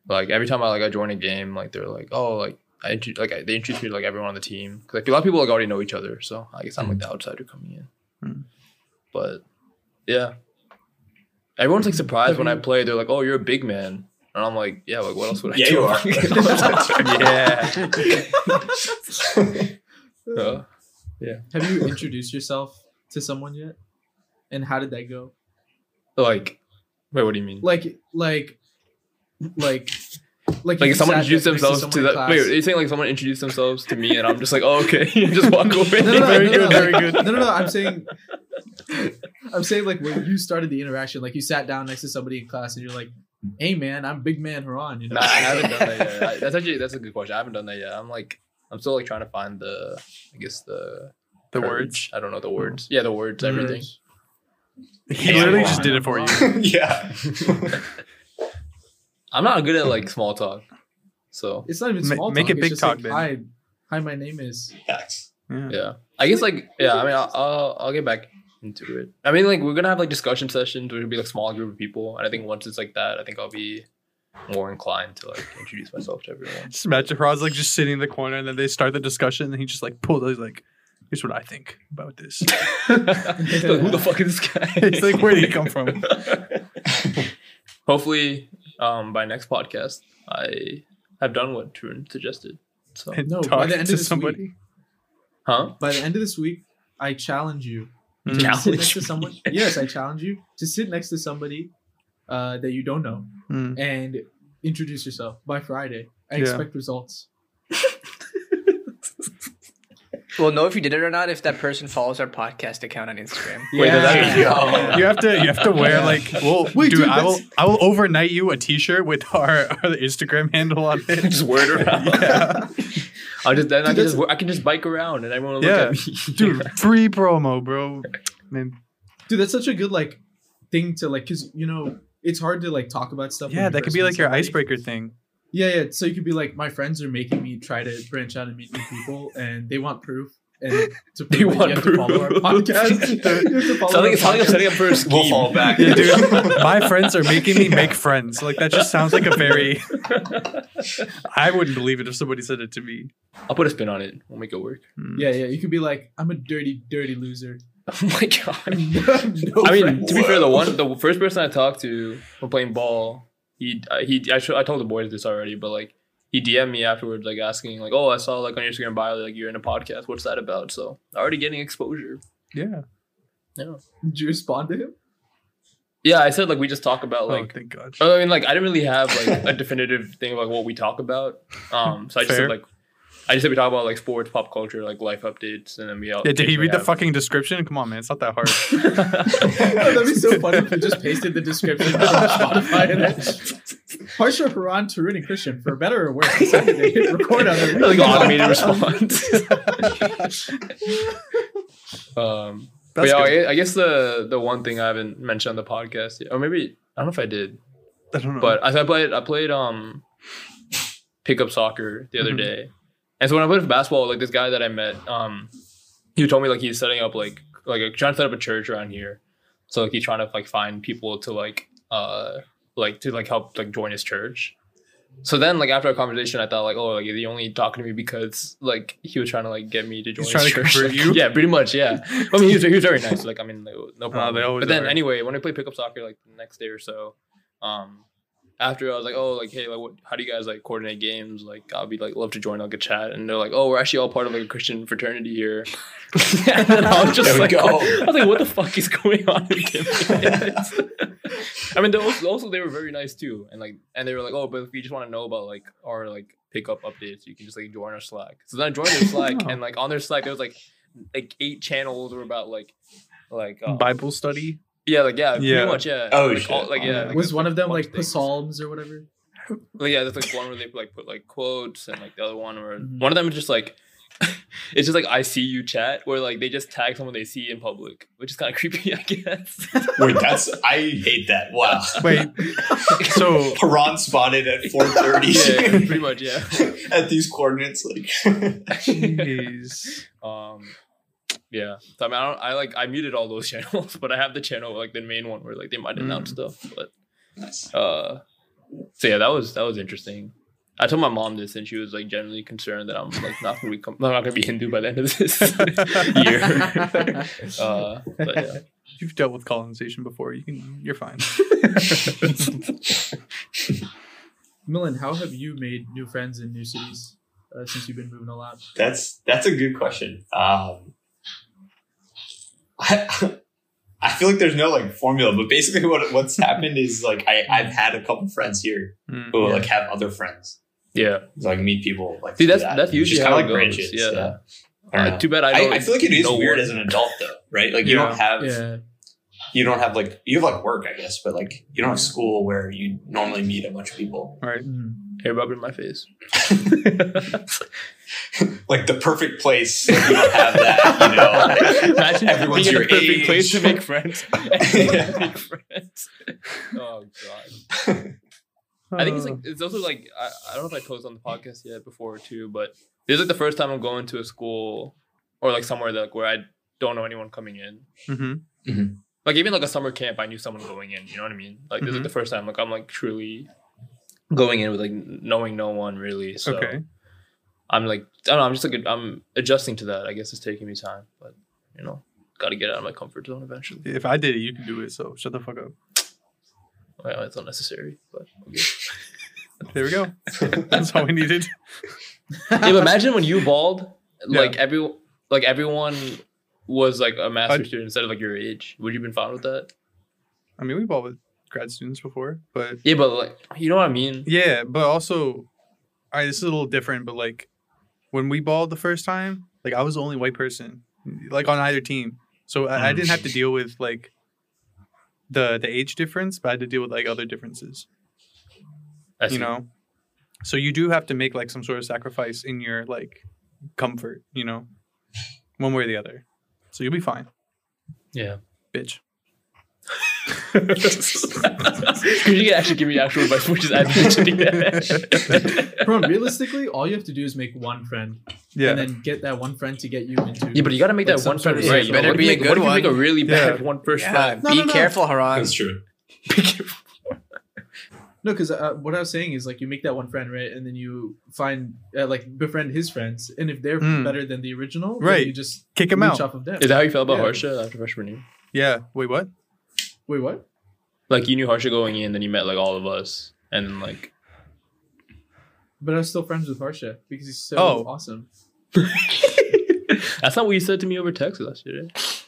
Like every time I like I join a game, like they're like, oh, like I intro- like I, they introduce me to like everyone on the team. 'Cause, Like a lot of people like already know each other, so I guess I'm
Hmm.
like the outsider coming in.
Mm.
But yeah, everyone's like surprised when I play. They're like, oh, you're a big man, and I'm like, yeah, like what else would I
Yeah,
do?
you are.
<laughs> yeah.
<laughs>
<laughs> Uh,
Have
<laughs>
you introduced yourself to someone yet? And how did that go?
like, wait, what do you mean?
Like, like, like, like,
Like
you
someone
sat
introduced
next to
themselves to,
someone in
the
class.
wait, are you saying like someone introduced themselves to me and I'm just like, oh, okay, <laughs> you just walk away.
no, no, no,
<laughs> Very
no,
good,
no,
very
like-
good.
No, no, no. I'm saying, <laughs> I'm saying, like when you started the interaction, like you sat down next to somebody in class, and you're like, "Hey, man, I'm Big Man Haran." You know,
<laughs> Nah, I haven't done that yet. I- that's actually that's a good question. I haven't done that yet. I'm like, I'm still like trying to find the, I guess the
The
courage.
words.
I don't know the words. Yeah, the words,
The
everything.
He
Yeah,
literally
come
just
on.
did it for you.
<laughs> yeah.
I'm not good at like small talk, so
It's not even
Ma-
small
make
talk.
it
it's
big
just
talk,
like,
then.
Hi, hi, my name is.
Facts.
yeah. I guess like yeah. I mean, I'll I'll, I'll get back into it. I mean, like we're gonna have like discussion sessions, which will be like small group of people, and I think once it's like that, I think I'll be more inclined to like introduce myself to everyone.
Just imagine Rod's like just sitting in the corner and then they start the discussion and he just like pulled he's like, here's what I think about this.
Like, who the fuck is this guy?
<laughs> It's like, where did he come from?
<laughs> Hopefully, um, by next podcast, I have done what Tarun suggested. So,
And
No, by
talk
the end of
to
this
somebody.
huh?
By the end of this week, I challenge you
Mm.
to sit
Challenge
next to
me.
someone. Yes, I challenge you to sit next to somebody uh, that you don't know <laughs>
Mm.
and introduce yourself by Friday. I
Yeah.
expect results.
We'll know if you did it or not if that person follows our podcast account on Instagram.
Wait, does that
Yeah.
mean-
<laughs> You have to you have to wear
Yeah.
like well
Wait,
dude,
dude,
I will
that's-
I will overnight you a t shirt with our, our Instagram handle on <laughs> <laughs> it.
just word around. <laughs>
yeah.
I just then I can
Dude, that's-
just I can just bike around and everyone will look
Yeah.
at me.
Dude, free promo, bro. Man,
dude that's such a good like thing to like because you know it's hard to like talk about stuff when
yeah,
you
that could
first
be
meet
like your
somebody.
icebreaker thing.
yeah yeah so you could be like my friends are making me try to branch out and meet new people and they want proof
<laughs>
and to prove
They
that you
want
have to follow our
proof.
podcast you have to follow
so I think
our
it's I'm
podcast.
setting up for a scheme.
<laughs> We'll fall back.
<laughs> <laughs> Yeah, dude, my friends are making me make friends. Like that just sounds like a <laughs> very. I wouldn't believe it if somebody said it to me.
<laughs> I'll put a spin on it. We'll make it work. <laughs>
Mm.
yeah yeah you could be like i'm a dirty dirty loser
Oh my god.
no
I mean,
<laughs>
friends.
to be fair, the one, the first person I talked to when playing ball, he, uh, he, I, sho- I told the boys this already, but like, he DM'd me afterwards, like asking, like, oh, I saw like on your Instagram bio, like you're in a podcast. What's that about? So already getting exposure.
Yeah.
did you respond to him
Yeah, I said like we just talk about
Oh,
like.
thank God.
Oh, I mean, like I didn't really have like
<laughs>
a definitive thing of like what we talk about. Um, so I just
Fair.
said like, I just said we talk about like sports, pop culture, like life updates, and then we.
Yeah, did he read the fucking description? Come on, man, it's not that hard.
<laughs>
Oh, that'd be so funny if you just pasted the description on Spotify and then Harsha Haran, Tarun, and Christian, for better or worse, decided to hit
<laughs>
record on their
like
<laughs>
automated response. um, but
That's
yeah,
good.
I, I guess the the one thing I haven't mentioned on the podcast, yet, or maybe I don't know if I did,
I don't know.
but I, I played I played um pickup soccer the other
Mhm.
day, and so when I played basketball, like this guy that I met, um, he told me like he's setting up like like trying to set up a church around here, so like he's trying to like find people to like uh like to like help like join his church. So then, like after our conversation, I thought like, oh, like he only talking to me because like he was trying to like get me to join.
trying
his
to
church. <laughs>
convert you?
yeah, pretty much, yeah. I mean, he was, he was very nice. Like, I mean, like, no problem.
they always
but then,
are.
anyway, when I played pickup soccer, like the next day or so, um, after I was like, oh, like, hey, like, what, how do you guys like coordinate games? Like, I'll be like, love to join like a chat, and they're like, oh, we're actually all part of like a Christian fraternity here. and then I was just <laughs>
There we
like,
go.
I was like, what the fuck is going on? in Kim? I mean, they also, also they were very nice too, and like, and they were like, oh, but if you just want to know about like our like pickup updates, you can just like join our Slack. So then I joined their Slack, and like on their Slack, there was like like eight channels were about like like uh,
Bible study.
yeah like yeah,
Yeah.
pretty much yeah
<laughs> Oh,
like,
shit.
all- like yeah like,
was one of them
bunch
like
of things.
psalms or
<laughs>
whatever?
Well, yeah, that's like one where they like put like quotes, and like the other one where
Mhm.
one of them is just like <laughs> it's just like I see you chat, where like they just tag someone they see in public, which is kind of <laughs> creepy, I <laughs> guess.
<laughs> Wait, that's I hate that. Wow.
<laughs> Wait, so
Haran spotted at
<laughs>
4:30
yeah, pretty much, yeah.
<laughs> at these coordinates. Like, <laughs>
jeez.
<laughs> Um, yeah. So I mean, I, don't, I like I muted all those <laughs> channels, but I have the channel like the main one where like they might announce stuff. But
nice.
uh, so yeah, that was that was interesting. I told my mom this, and she was like generally concerned that I'm like not gonna become, I'm not gonna be Hindu by the end of this <laughs>
<laughs>
year. uh, but yeah.
<laughs> You've dealt with colonization before. You can. You're fine.
Millen, how have you made new friends in new cities uh, since you've been moving a lot?
That's that's a good question. Um, I, <laughs> I feel like there's no like formula, but basically what what's happened is like I I've had a couple friends here
Mm.
who like have other friends,
Yeah.
so I can meet people like.
See,
through
that's
that.
that's
It's
usually
just
how
kind
it
of like
goes.
branches.
yeah.
I don't
Uh,
know.
too bad I
I,
don't.
I feel like it is
know
weird
what-
as an adult though, right? Like you don't have
Yeah,
you don't have like you have like work, I guess, but like you don't have school where you normally meet a bunch of people.
All right.
Mhm.
hair rub in my
<laughs>
face.
Like the perfect place, like, you don't have that.
<laughs>
You know,
Imagine
Everyone's
being in a
your
perfect
age.
place to make friends.
<laughs> Yeah.
Make friends. <laughs> Oh god. <laughs> I think
Uh.
it's like it's also like I, I don't know if I posted on the podcast yet before too, but this is like the first time I'm going to a school or like somewhere that like, where I don't know anyone coming in.
hmm
Like even like a summer camp, I knew someone going in. You know what I mean? Like this is
Mm-hmm.
Mhm.
like the first time like I'm like truly going in with like n- knowing no one really. So
Okay.
I'm like I don't know. I'm just like I'm adjusting to that. I guess it's taking me time, but you know, got to get out of my comfort zone eventually.
If I did it, you can do it. So shut the fuck up.
Well, it's unnecessary, but
<laughs>
okay.
There we
<laughs>
go. That's all we needed.
yeah, but imagine when you bald,
Yeah.
like every like everyone was like a master
I'd-
student instead of like your age. Would you have been fine with that?
I mean, we've all been grad students before, but
Yeah, but like you know what I mean.
yeah, but also, all right, this is a little different. But like, when we balled the first time, like I was the only white person, like on either team, so I, I didn't have to deal with like the the age difference, but I had to deal with like other differences.
I see.
you know so you do have to make like some sort of sacrifice in your like comfort you know one way or the other so you'll be fine <laughs>
Yeah.
bitch
Could you actually give me actual advice, which is actually
Bro, realistically, all you have to do is make one friend,
yeah
and then get that one friend to get you into.
Yeah, but you gotta make
Like
that
some
one
sort
friend
of-
right.
Yeah,
you know?
better
What if
be
you
a
make- what
good
if you make a
one.
really
Yeah.
bad one first
Yeah,
friend.
No,
be
no, no.
careful, Haran.
That's true.
No, because uh, what I was saying is like you make that one friend, right, and then you find uh, like befriend his friends, and if they're
Mm.
better than the original, then
Right.
you just
kick him
leech
out
off of them.
Is that how you felt about
Yeah.
Harsha after freshman year?
yeah wait what
Wait, what?
Like you knew Harsha going in, then you met like all of us, and then <laughs> like
But I was still friends with Harsha because he's so
Oh.
awesome.
that's not what you said to me over text last year. Right?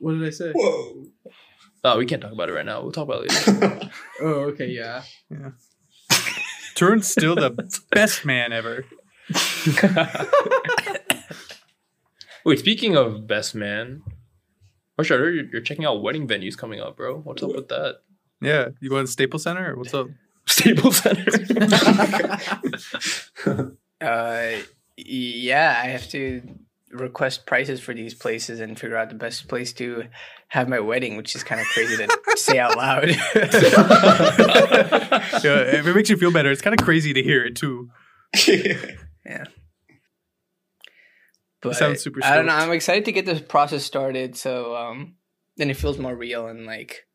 What did I
<laughs>
say?
Whoa.
Oh, we can't talk about it right now. We'll talk about it later.
Oh, okay, yeah. <laughs>
Tarun's still
<laughs>
the best man ever
<laughs> Wait, speaking of best man, Harsha, I heard you're, you're checking out wedding venues coming up, bro. What's up with that?
yeah you going to Staples center or what's
<laughs>
up
<laughs> Staples Center.
Uh, yeah, I have to request prices for these places and figure out the best place to have my wedding, which is kind of crazy to say out loud.
yeah, if it makes you feel better it's kind of crazy to hear it too
<laughs> but
sounds super
I don't know.
stoked.
I'm excited to get this process started, so um, then it feels more real and like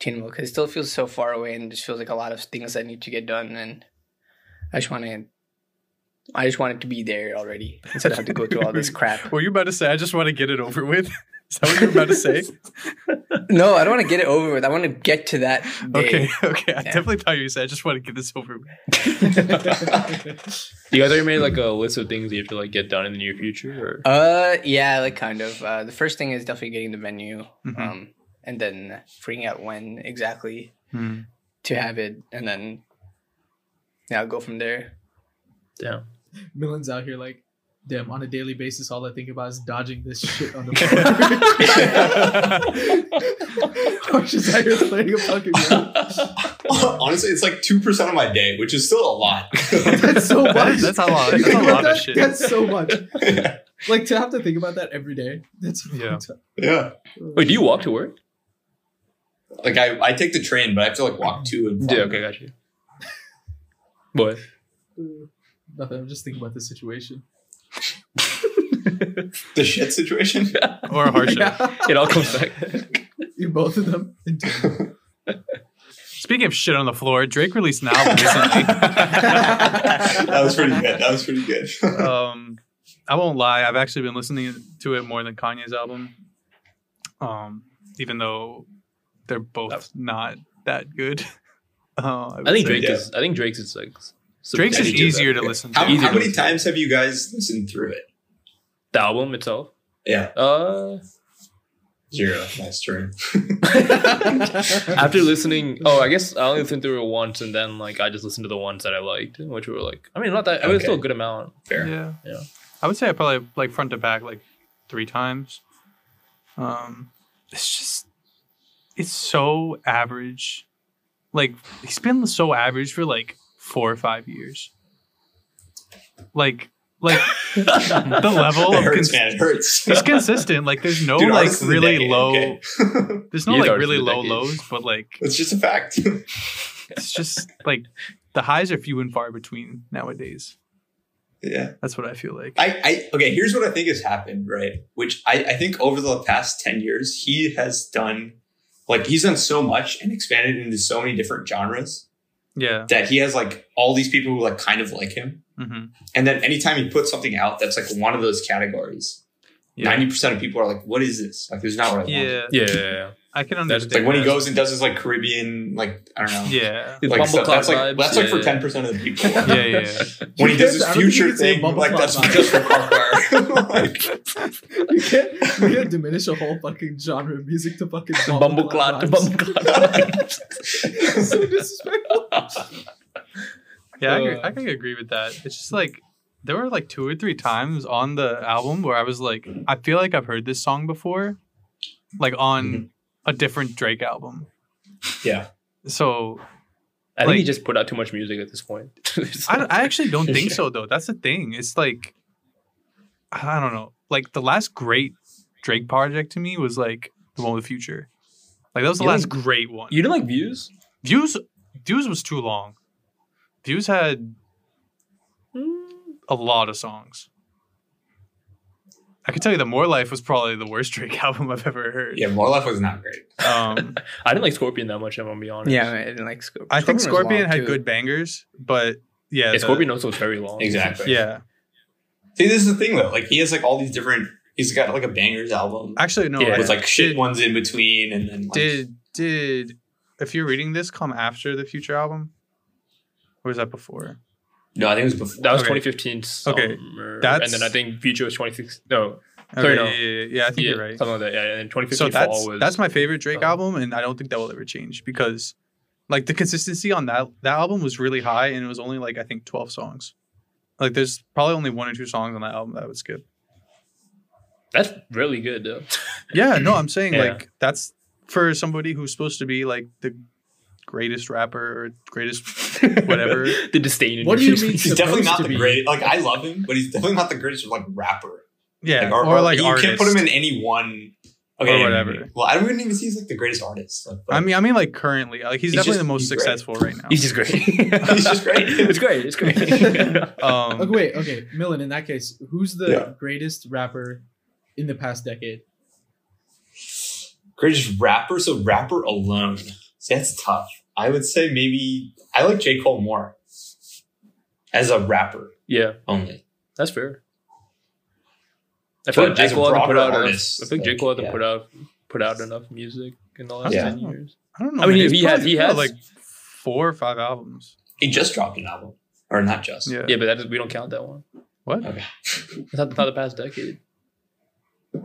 attainable because it still feels so far away and just feels like a lot of things that need to get done, and I just want to. I just want it to be there already instead of have to go through all this crap.
well you're about to say i just want to get it over with <laughs> is that what you're about to
<laughs>
say
No, I don't want to get it over with. I want to get to that day.
okay <laughs> okay i definitely thought you said i just want to get this over with
<laughs> you guys already made like a list of things you have to like get done in the near future, or
Uh, yeah, like kind of. Uh, the first thing is definitely getting the venue.
Mhm.
Um, and then figuring out when exactly
Hmm.
Um, to have it, and then yeah, I'll go from there.
Damn.
Millen's out here like, damn, on a daily basis, all I think about is dodging this shit on the <laughs>
<laughs> Mm-hmm.
<laughs>
phone. Harsh is out here playing a fucking
<laughs>
game.
<laughs> Honestly, it's like two percent of my day, which is still
<laughs>
a lot. <laughs>
That's so much.
That is- that's a lot-
You
that's a
think about
lot of
that?
shit.
That's so much. Like to have to think about that every day. That's
Yeah.
fucked up.
yeah,
Wait, do you walk to work?
like I, I take the train, but I have to like walk to and from.
Yeah. Okay, got you. Boy,
Nothing. I'm just thinking about the situation. <laughs>
the shit situation. <laughs>
Or a hardship.
Yeah.
it all comes back.
You both of them.
Speaking of shit on the floor, Drake released an
<laughs>
album recently.
that was pretty good. That was pretty good. <laughs>
um, I won't lie, I've actually been listening to it more than Kanye's album. Um, even though they're both not that good. <laughs> Uh, would
I think
say.
Drake
Yeah.
is. I think Drake's is like.
Drake's is
substantially better.
easier to listen to.
how,
Easy
how
to
many
listen.
times have you guys listened through it?
The album itself.
Yeah,
Uh,
zero. Nice turn.
after listening, oh, I guess I only listened through it once, and then like I just listened to the ones that I liked, which were like, I mean, not that. It was
Okay.
still a good amount.
Fair. <laughs>
Yeah.
Yeah.
I would say I probably like front to back like three times. Um it's just it's so average. Like he's been so average for like four or five years. Like
<laughs>
like the level
it
of
hurts,
cons-
man. It hurts.
he's consistent. Like there's no
Dude,
like
artist of the
really
decade,
low
okay. <laughs>
there's no
He's
like
artist
really
of the
low
decade.
lows, but like
It's just a fact. <laughs>
it's just like the highs are few and far between nowadays.
yeah.
That's what I feel like.
I, I okay, here's what I think has happened, right? Which I, I think over the past 10 years, he has done like he's done so much and expanded into so many different genres
yeah.
that he has like all these people who like kind of like him.
hmm
And then anytime he puts something out that's like one of those categories,
Yeah.
90% of people are like, What is this? Like this is not what I want.
Yeah.
Yeah, yeah, yeah.
I can
That's-
understand.
Like when he
that.
goes and does his like Caribbean, like I don't know.
Yeah.
His
Like,
Bumble
stuff, that's
Cloud
like
vibes,
that's like
yeah,
for
yeah.
ten percent of the people.
<laughs> Yeah, yeah,
<laughs>
yeah.
When he does
I
his
don't think you
future
can say
thing,
Bumble
like that's
Cloud
just for <laughs> Parkwire. like,
<laughs> You can't, you can't diminish a whole fucking genre of music to
<laughs>
fucking
Bumble clot,
vibes.
bumble clot.
<laughs>
<laughs>
so disrespectful.
yeah I,
Uh,
agree- I can agree with that. It's just like there were like two or three times on the album where I was like, I feel like I've heard this song before, like on
Mm-hmm.
a different Drake album.
Yeah.
So
I think he
Like-
just put out too much music at this point. <laughs> It's
I,
like-
I actually don't think so though. That's the thing. It's like I don't know. Like the last great Drake project to me was like the one with Future. Like that was the
You
last
like-
great one.
you don't like views?
Views Views was too long. Views had a lot of songs. I can tell you that More Life was probably the worst <laughs> Drake album I've ever heard.
yeah, More Life was not great.
Um,
I didn't like Scorpion that much. I'm gonna be honest.
Yeah, I didn't like Scorpion.
I think
was
Scorpion
long,
had
too.
good bangers, but yeah,
Yeah,
the-
Scorpion also was very long.
Exactly.
Yeah,
See, this is the thing though. Like he has like all these different. He's got like a bangers album
actually no.
Yeah.
I
with like shit
did-
ones in between, and then like,
Did did if you're reading this come after the Future album, or was that before?
no, I think it was before.
That was
Okay.
2015 summer,
Okay,
and
that's-
then I think Future was 26. No,
Okay,
Sorry, no.
yeah, yeah, yeah, I think
yeah,
you're right.
something like that. Yeah, and then 2015
so that's
fall was
that's my favorite Drake
uh,
album, and I don't think that will ever change because, like, the consistency on that that album was really high, and it was only like I think twelve songs. Like, there's probably only one or two songs on that album that I would skip.
that's really good though. <laughs>
Yeah, no, I'm saying
Yeah.
like that's for somebody who's supposed to be like the greatest rapper or greatest whatever.
the disdain. in
What do
your
you mean?
face.
He's definitely
supposed
not
to
the
be.
greatest. Like I love him, but he's definitely not the greatest like rapper.
Yeah,
Like,
or, like
you
artist.
can't put him in any one. Okay,
Or whatever.
Well, I wouldn't even see he's like the greatest artist. Like, but
I mean, I mean, like currently, like he's,
He's
definitely
just-
the most
he's great.
successful right now.
He's just
<laughs>
great.
He's just great.
it's great. It's great. <laughs>
<laughs>
um,
Okay, wait, okay, Millen. In that case, who's the
Yeah.
greatest rapper in the past decade?
greatest rapper. So rapper alone, see, that's tough. I would say maybe I like J Cole more as a rapper
yeah,
only.
that's fair. I feel
But
like J
as a
Cole hasn't put
broader
out. Enough,
artist,
I think J
like,
Cole hasn't
yeah.
put out put out enough music in the last
Yeah.
ten years.
I don't know.
I mean,
man.
he-
He's
he has-
probably
he
put out,
has-
like four or five albums.
He just dropped an album, or not just.
Yeah.
Yeah, but that is, we don't count that one.
What?
Okay.
It's not, not the past decade.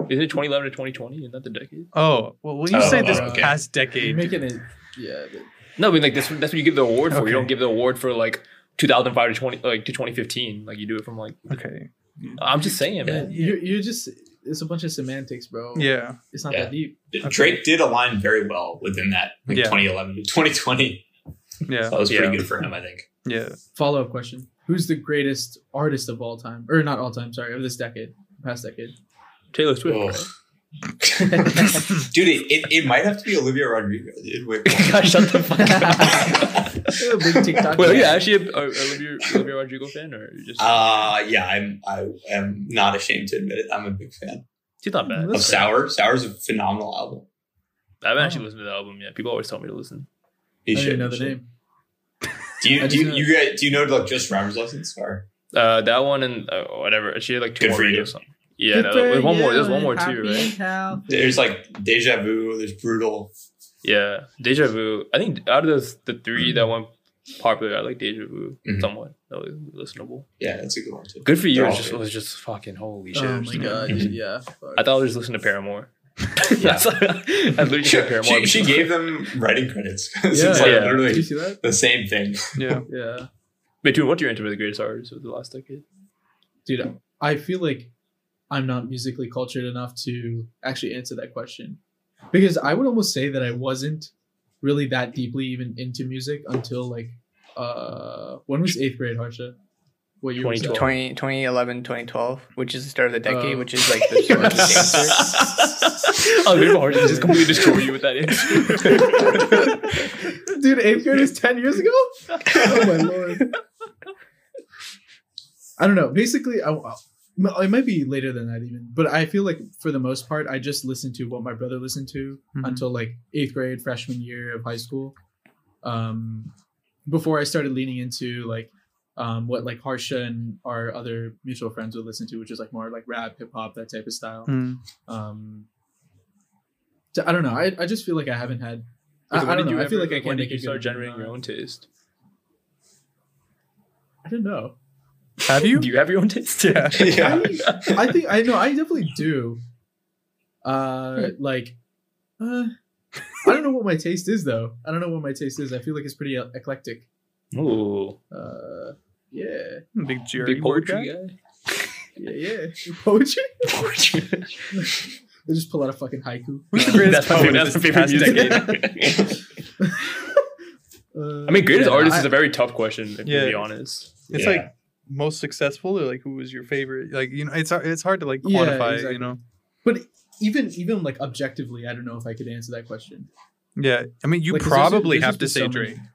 Is it 2011 to 2020? Isn't that the decade?
Oh, well, when you
Oh,
say this
okay.
past
You're
decade,
making it. Yeah. but-
No, I mean like that's that's what you give the award for.
Okay.
You don't give the award for like 2005 to 20 like to 2015. Like you do it from like
okay,
I'm just saying,
Yeah,
man.
you're, you're just. It's a bunch of semantics, bro.
yeah,
It's not
Yeah.
that deep.
Drake did align very well within that like
Yeah.
2011 to 2020.
yeah,
So that was pretty
Yeah.
good for him, I think.
yeah.
Follow up question Who's the greatest artist of all time? Or not all time, sorry, of this decade, past
<laughs>
decade?
Taylor Swift.
Oh.
right?
Dude, it, it, it might have to be Olivia Rodrigo, dude. Wait,
Gosh, shut the fuck up.
Yeah, big TikTok.
Wait, are you
guy.
actually a, a Olivia, Olivia Rodrigo fan, or you just
<laughs> uh, yeah, I'm I am not ashamed to admit it. I'm a big fan
she's not bad?
of Sour. Sour's a phenomenal album.
I haven't actually listened to the album yet. People always tell me to listen.
You
I
should
didn't know
you
the
should.
name.
Do you
I
do you,
just
you guys, do you know like just driver's license or
Uh, that one and uh, whatever. She had like two
Good
more
for you.
radio songs. Yeah, no, there's one more. There's one more too, right?
Oh
there's like deja vu, there's brutal.
Yeah, Deja Vu. I think out of those, the 3 that went popular, I like Deja Vu
Mhm.
somewhat. That was listenable.
Yeah, that's a good one too.
Good for you. It
They're
was
all
just,
good.
it was just fucking holy shit.
Oh
<laughs>
my god, dude, yeah. fuck.
I thought I was just listening to Paramore.
Yeah.
That's- <laughs> I literally
She,
said Paramore.
she, she gave them writing credits. <laughs> it's
Yeah.
like
Yeah.
Did you
literally
see that?
the same thing.
Yeah.
Yeah.
Wait, dude, what's your intro to the greatest artists of the last decade?
Dude, I feel like I'm not musically cultured enough to actually answer that question. Because I would almost say that I wasn't really that deeply even into music until like uh when was eighth grade, Harsha? What year was that?
2012.
20, 2011, 2012, which is the start of the decade,
Oh.
which is like
<laughs>
<laughs>
the
You're
start of the
not- <laughs>
answer.
I
Oh,
was waiting for her to Oh, <laughs> just completely destroy you <laughs> with that answer.
<laughs> Dude, eighth grade was ten years ago. Oh my lord. I don't know. Basically, I, I- it might be later than that even, but I feel like for the most part, I just listened to what my brother listened to
Mhm.
until like eighth grade, freshman year of high school. Um, before I started leaning into like um, what like Harsha and our other mutual friends would listen to, which is like more like rap, hip hop, that type of style
Mm.
um t- i don't know i, I just feel like i haven't had
Wait,
I,
so
I
when
don't
did
know.
you
I feel
ever-
like I
when
can't
did
make
you
a
start
good
generating
one.
your own taste?
I don't know.
Have you?
Do you have your own taste?
Yeah.
yeah.
I think I know. I definitely do.
Hmm.
Uh, like, uh, I don't know what my taste is though. I don't know what my taste is. I feel like it's pretty e- eclectic.
Ooh,
Uh, yeah,
Big Jerry.
big
word
poetry
guy?
guy.
yeah, yeah.
<laughs>
Poetry.
Poetry.
I just pull out a
<laughs>
fucking haiku.
Who's the
that's
greatest
my favorite,
poet
<laughs>
of
that's my
this
favorite
past
music.
decade?
<laughs> Uh,
I mean, greatest
yeah,
artist
I-
is a very tough question, if
Yeah.
to be honest.
It's
Yeah.
like most successful, or like who was your favorite? Like you know, it's hard- it's hard to like
Yeah,
quantify.
exactly.
You know.
but even even like objectively, I don't know if I could answer that question.
Yeah, I mean, you
Like, 'cause there's just-
probably
there's
have
just
to
been
say
so many-
Drake.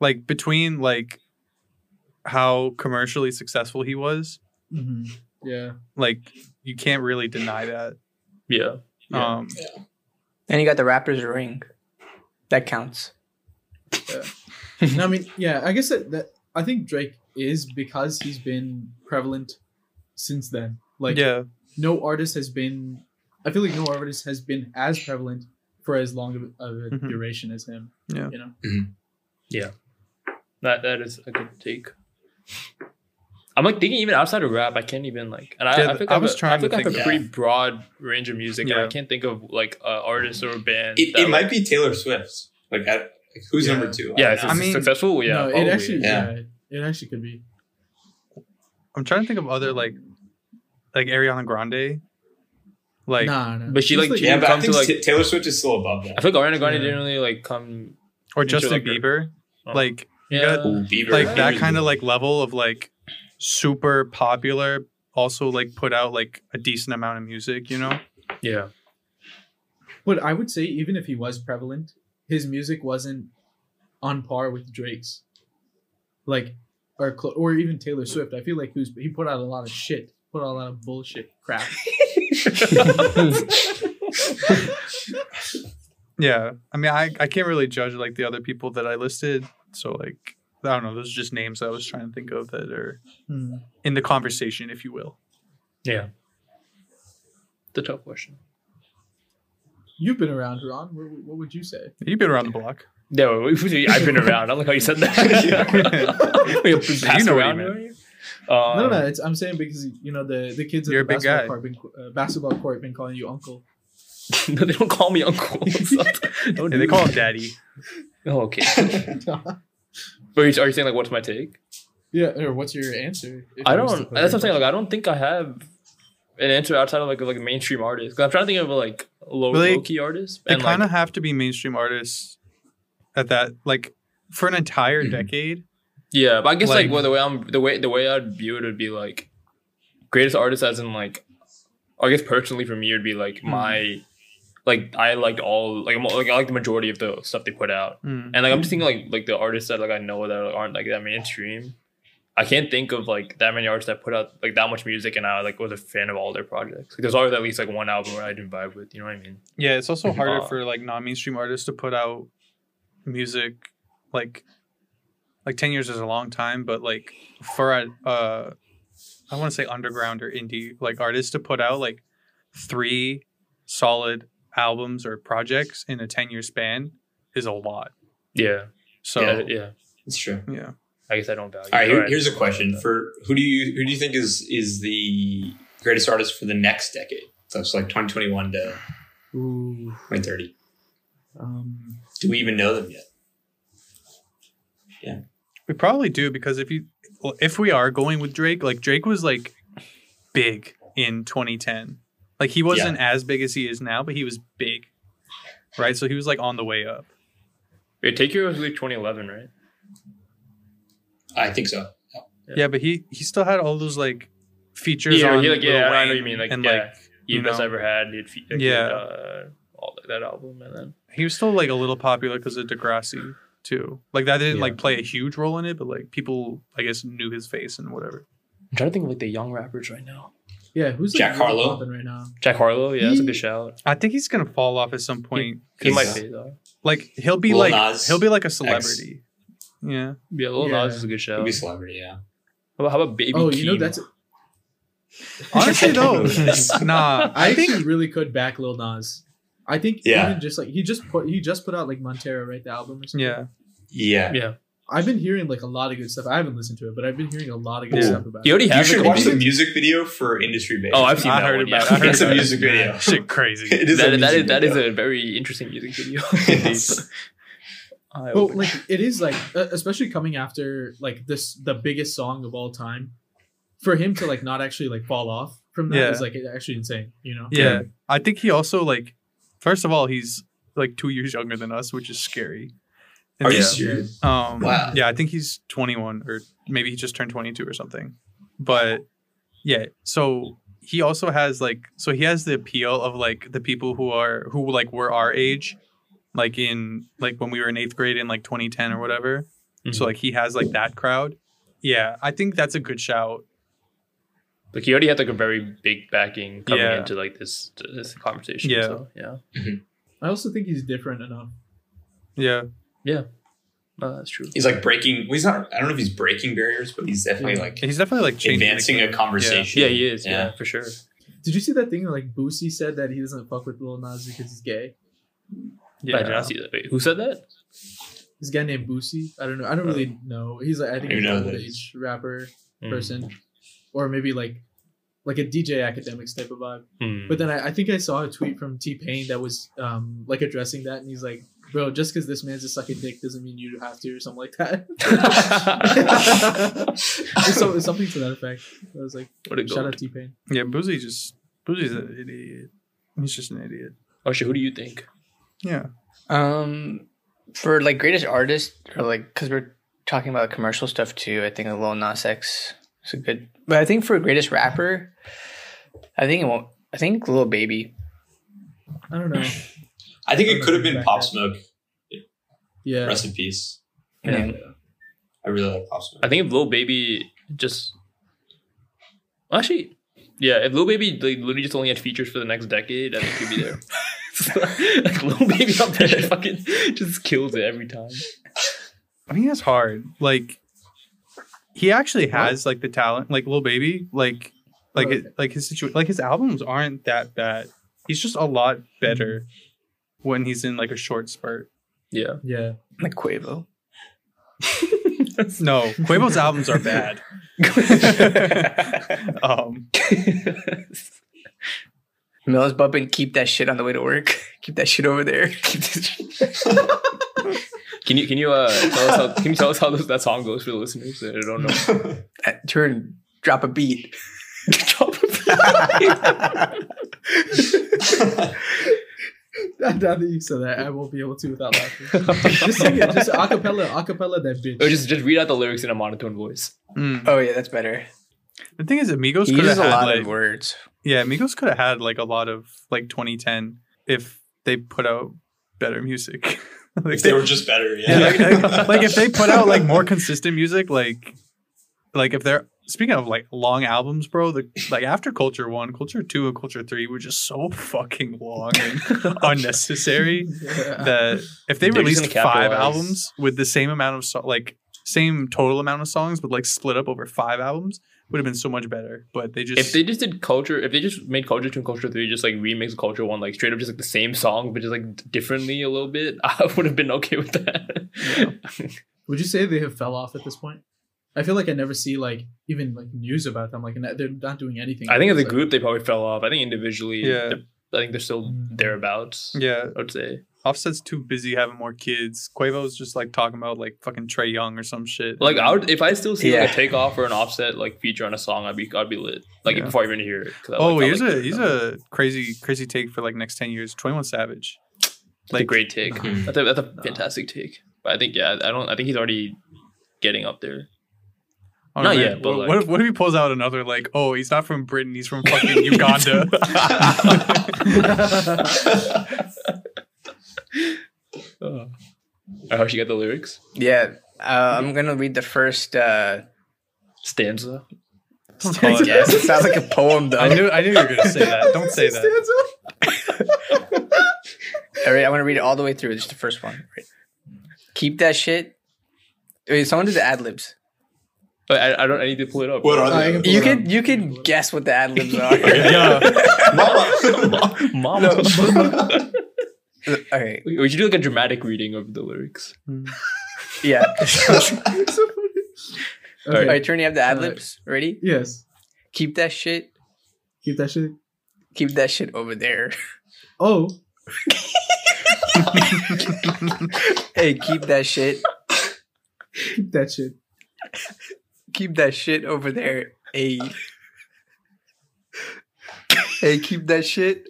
Like between like how commercially successful he was,
Mhm. Yeah.
like you can't really deny that.
Yeah.
Yeah.
Um,
And you got the Raptors ring. That
<laughs>
counts. <laughs>
No, I mean, yeah, I guess that, that I think Drake is because he's been prevalent since then. Like,
yeah,
no artist has been. I feel like no artist has been as prevalent for as long of, of a
Mm-hmm.
Mhm.
duration as him.
Yeah.
You know.
That that is a good take. I'm like thinking even outside of rap, I can't even like. And I,
Yeah,
I think
I
have
was
a-
trying
I think
to
I have
think
a
of-
pretty broad range of music, and I
Yeah.
can't think of like an artist or a band.
It,
that,
it
like-
might be Taylor Swift. Like, I, like who's
Yeah.
number two?
Yeah, if
I don't
it's
know.
I mean-
successful, yeah.
no, it
probably.
actually.
Yeah.
Yeah. It actually could be.
I'm trying to think of other like like Ariana Grande. Like
nah, nah.
but she,
She's
like,
yeah, but I
comes to,
think
like-
Ta- Taylor Swift is still above
I
that.
feel like Ariana Grande
Yeah.
didn't really like come.
or
Future Lover.
Justin Bieber.
Oh.
Like
Yeah,
Ooh, Bieber.
like that kind of like level of like super popular also like put out like a decent amount of music, you know? <laughs>
yeah. <laughs>
but I would say even if he was prevalent, his music wasn't on par with Drake's, like, or clo- or even Taylor Swift. I feel like he was, he put out a lot of shit, put out a lot of bullshit crap.
Yeah. I mean, I I can't really judge like the other people that I listed, so like I don't know, those are just names I was trying to think of that are
<laughs> Hmm.
in the conversation, if you will.
yeah. The tough question.
You've been around, Ron. What, what would you say?
You've been around the block.
No, I've been around. I don't like how you said that.
<laughs>
<laughs>
Yeah.
We
So you
passed
know what he
around.
meant.
right? Um, <laughs>
no, no, it's, I'm saying because you know the the kids at
You're
the
a big
basketball
guy.
court been uh, basketball court been calling you uncle.
no, they don't call me uncle. So don't
<laughs> Yeah,
do
they call
that. <laughs>
him daddy.
Oh, <laughs> okay. but are you, are you saying like what's my take?
yeah, or what's your answer? if
I
you was to
don't.
play
That's what
that
I'm saying. Like I don't think I have an answer outside of like like a mainstream artist. 'Cause I'm trying to think of like low
Really?
low key artists.
They
And like,
kind of have to be mainstream artists at that, like for an
<clears throat>
entire decade.
yeah, but I guess like,
like-
well, the way I'm the way the way I'd view it would be like greatest artist as in like I guess personally for me it would be like my like I liked all like, I'm- like I like the majority of the stuff they put out.
Mm.
And like I'm just thinking like like the artists that like I know that aren't like that mainstream. I can't think of like that many artists that put out like that much music and I like was a fan of all their projects. Like, there's always at least like one album where I didn't vibe with, you know what I mean?
Yeah, it's also
Mhm.
harder
Uh,
for like non-mainstream artists to put out music like like 10 years is a long time, but like for a uh I want to say underground or indie like artists to put out like three solid albums or projects in a 10-year span is a lot.
Yeah.
So
yeah,
yeah.
yeah.
It's true.
I guess I don't value.
All right, here,
Alright.
here's a question for who do you who do you think is is the greatest artist for the next decade? So it's like 2021 to
Ooh,
2030.
um,
Do we even know them yet?
We probably do because if you well, if we are going with Drake, like Drake was like big in 2010. Like he wasn't as big as he is now, but he was big. Right? So he was like on the way up.
Wait, Take Your was like 2011, right?
I think so.
Yeah.
Yeah, but he he still had all those like features
Yeah,
on
he, like,
Lil
yeah, I know what you
Wayne
mean, like,
and
yeah.
like
You
You
best
know.
ever had. It, fe- like,
Yeah.
Uh, all that, that album and then
he was still like a little popular cuz of Degrassi too. Like that didn't
Yeah.
like play a huge role in it, but like people I guess knew his face and whatever.
I'm trying to think of like the young rappers right now.
yeah, who's like,
Jack
really
Harlow?
popping right now?
Jack Harlow, yeah, that's a
He-
good shout.
I think he's going to fall off at some point.
He
'cause,
might be though.
like he'll be
Lil
like
Nas
he'll be like a celebrity. Yeah.
Yeah, Lil
Yeah.
Nas is a good
He'll
shout.
be a celebrity, yeah.
How about, how about Baby?
Oh, you know
Keem?
that's
Honestly, though, nah.
I,
I
actually
think
really could back Lil Nas. I think
Yeah.
even just like he just put he just put out like Montero right the album or something.
yeah,
Yeah.
Yeah,
I've been hearing like a lot of good stuff. I haven't listened to it, but I've been hearing a lot of good
Ooh.
stuff about
he
it.
already
You
has.
should
like, a
watch the
music-
music video for Industry Baby.
Oh, I've seen
I
that
heard
one,
about.
yeah.
I heard
It's a
about
music
it. Yeah,
video.
Shit,
<laughs>
crazy.
it is
that,
a
that is
music
that is
video.
a very interesting music <laughs> video.
Yes.
I
But like it is like uh, especially coming after like this the biggest song of all time, for him to like not actually like fall off from that is
Yeah.
like actually insane. You know?
Yeah, I think he also like. First of all, he's like two years younger than us, which is scary. And
Are you
then-
serious?
Um,
Wow.
Yeah, I think he's 21 or maybe he just turned 22 or something. But yeah, so he also has like, so he has the appeal of like the people who are, who like were our age, like in, like when we were in eighth grade in like 2010 or whatever. So
Mhm.
like he has like that crowd. Yeah, I think that's a good shout.
like he already had like a very big backing coming
Yeah.
into like this this conversation.
Yeah.
so, yeah,
I also think he's different enough.
Yeah.
no, that's true.
He's like breaking. Well, he's not. I don't know if he's breaking barriers, but he's definitely like
He's definitely like changing. the
advancing
game.
a conversation.
Yeah, he is. Yeah,
Yeah.
for sure.
Did you see that thing like Boosie said that he doesn't fuck with Lil Nas because he's gay?
Yeah.
I did not see that. Wait, who said that?
This guy named Boosie. I don't know. I don't really know. He's like I think
Oh. I
he's
know
an
who
old
that is.
age rapper
Mm.
person, or maybe like like a DJ academics type of vibe.
<laughs>
<laughs>
Mm.
But then I, I think I saw a tweet from T Pain that was um, like addressing that, and he's like, "Bro, just because this man's a sucking dick doesn't mean you have to," or something like
<laughs>
that. Or so, or something to that effect. I was like,
what a
"Shout
goat.
out T Pain."
Yeah, Boozy just, Boozy's an idiot. He's just an idiot.
Oh shit, who do you think?
Yeah.
Um, for like greatest artist or like because we're talking about commercial stuff too. I think a little Nas X is a good, but I think for greatest rapper, I think it won't. I think Lil Baby.
I don't know.
I think it could have been Pop Smoke.
Yeah,
Rest in peace.
Yeah.
I really like Pop Smoke.
I think if Lil Baby just actually, yeah, if Lil Baby like, literally just only had features for the next decade, I think he'd be there. like Lil Baby up there, fucking just kills it every time.
I think that's hard. Like he actually has like the talent, like Lil Baby, like like
Okay.
it, like his situation, like his albums aren't that bad. He's just a lot better when he's in like a short spurt.
Yeah.
yeah.
Like Quavo.
No, Quavo's albums are bad. Um,
Miller's bumping. Keep that shit on the way to work. <laughs> Keep that shit over there. <laughs> Keep this-
Can you can you uh tell us how, can you tell us how this, that song goes for the listeners that don't know?
Uh, <laughs> Turn. Drop a beat.
<laughs> Now that you said that, I won't be able to
<laughs>
without laughing. just sing it, just acapella, acapella that bitch.
or just just read out the lyrics in a monotone voice.
mm.
Oh yeah, that's better.
The thing is, Amigos
He
could have
uses a
had
lot
like
of words.
yeah, Amigos could have had like a lot of like 2010 if they put out better music. <laughs> like,
if they were just better, yeah.
yeah,
<laughs>
like, like- like if they put out like more consistent music, like like if they're speaking of like long albums, bro, the, like after Culture One, Culture Two, and Culture Three were just so fucking long and unnecessary.
<laughs> Yeah.
that if they
They're just
released
gonna
five
capitalize.
albums with the same amount of so- like same total amount of songs, but like split up over five albums, would have been so much better. But they just
If they just did culture, if they just made culture two and culture three, just like remix culture one, like straight up just like the same song, but just like d- differently a little bit, <laughs> I would have been okay with that. <laughs>
Would you say they have fell off at this point? I feel like I never see like even like news about them. Like and they're not doing anything.
I think as a
It's like-
group they probably fell off. I think individually,
Yeah.
they're- I think they're still thereabouts.
yeah,
I would say.
Offset's too busy having more kids. Quavo's just like talking about like fucking Trey Young or some shit.
Like I would, if I still see like
Yeah.
a takeoff or an offset like feature on a song, I'd be I'd be lit. Like
Yeah.
before I even hear it. 'cause I
oh,
like- I
here's
like
a
it.
here's a crazy crazy take for like next ten years. Twenty One Savage,
That's a great
<laughs>
take.
Mhm.
That's a, that's a fantastic take. But I think yeah, I don't. I think he's already getting up there.
I don't
Not
know,
yet,
man.
but,
what,
like-
if, what if he pulls out another like? Oh, he's not from Britain. He's from <laughs> fucking Uganda.
<laughs> Oh. I hope you got the lyrics
Yeah. Uh, I'm gonna read the first.
<laughs>
Uh,
stanza.
Don't call
<laughs>
it
guess.
that.
It sounds like a poem though.
I knew I knew you were gonna say that. Don't say that.
All right, I want to read it all the way through. Just the first one. Right. Keep that shit. Wait, someone did the ad libs.
But Oh, I, I don't. I need to pull it up.
What are
I
they?
can pull
You
it up.
could you could guess what the ad libs <laughs> are.
<laughs> Yeah.
<laughs>
Mama.
Mom.
<laughs> No.
<laughs>
okay.
<laughs> We we should do like a dramatic reading of the lyrics.
Yeah. <laughs>
It's so funny.
all
Okay.
right, turn. You have the ad libs ready.
Yes.
Keep that shit.
Keep that shit.
Keep that shit over there. <laughs>
Oh,
Hey, keep that shit.
keep that shit.
Keep that shit over there. Hey. Hey, keep that shit.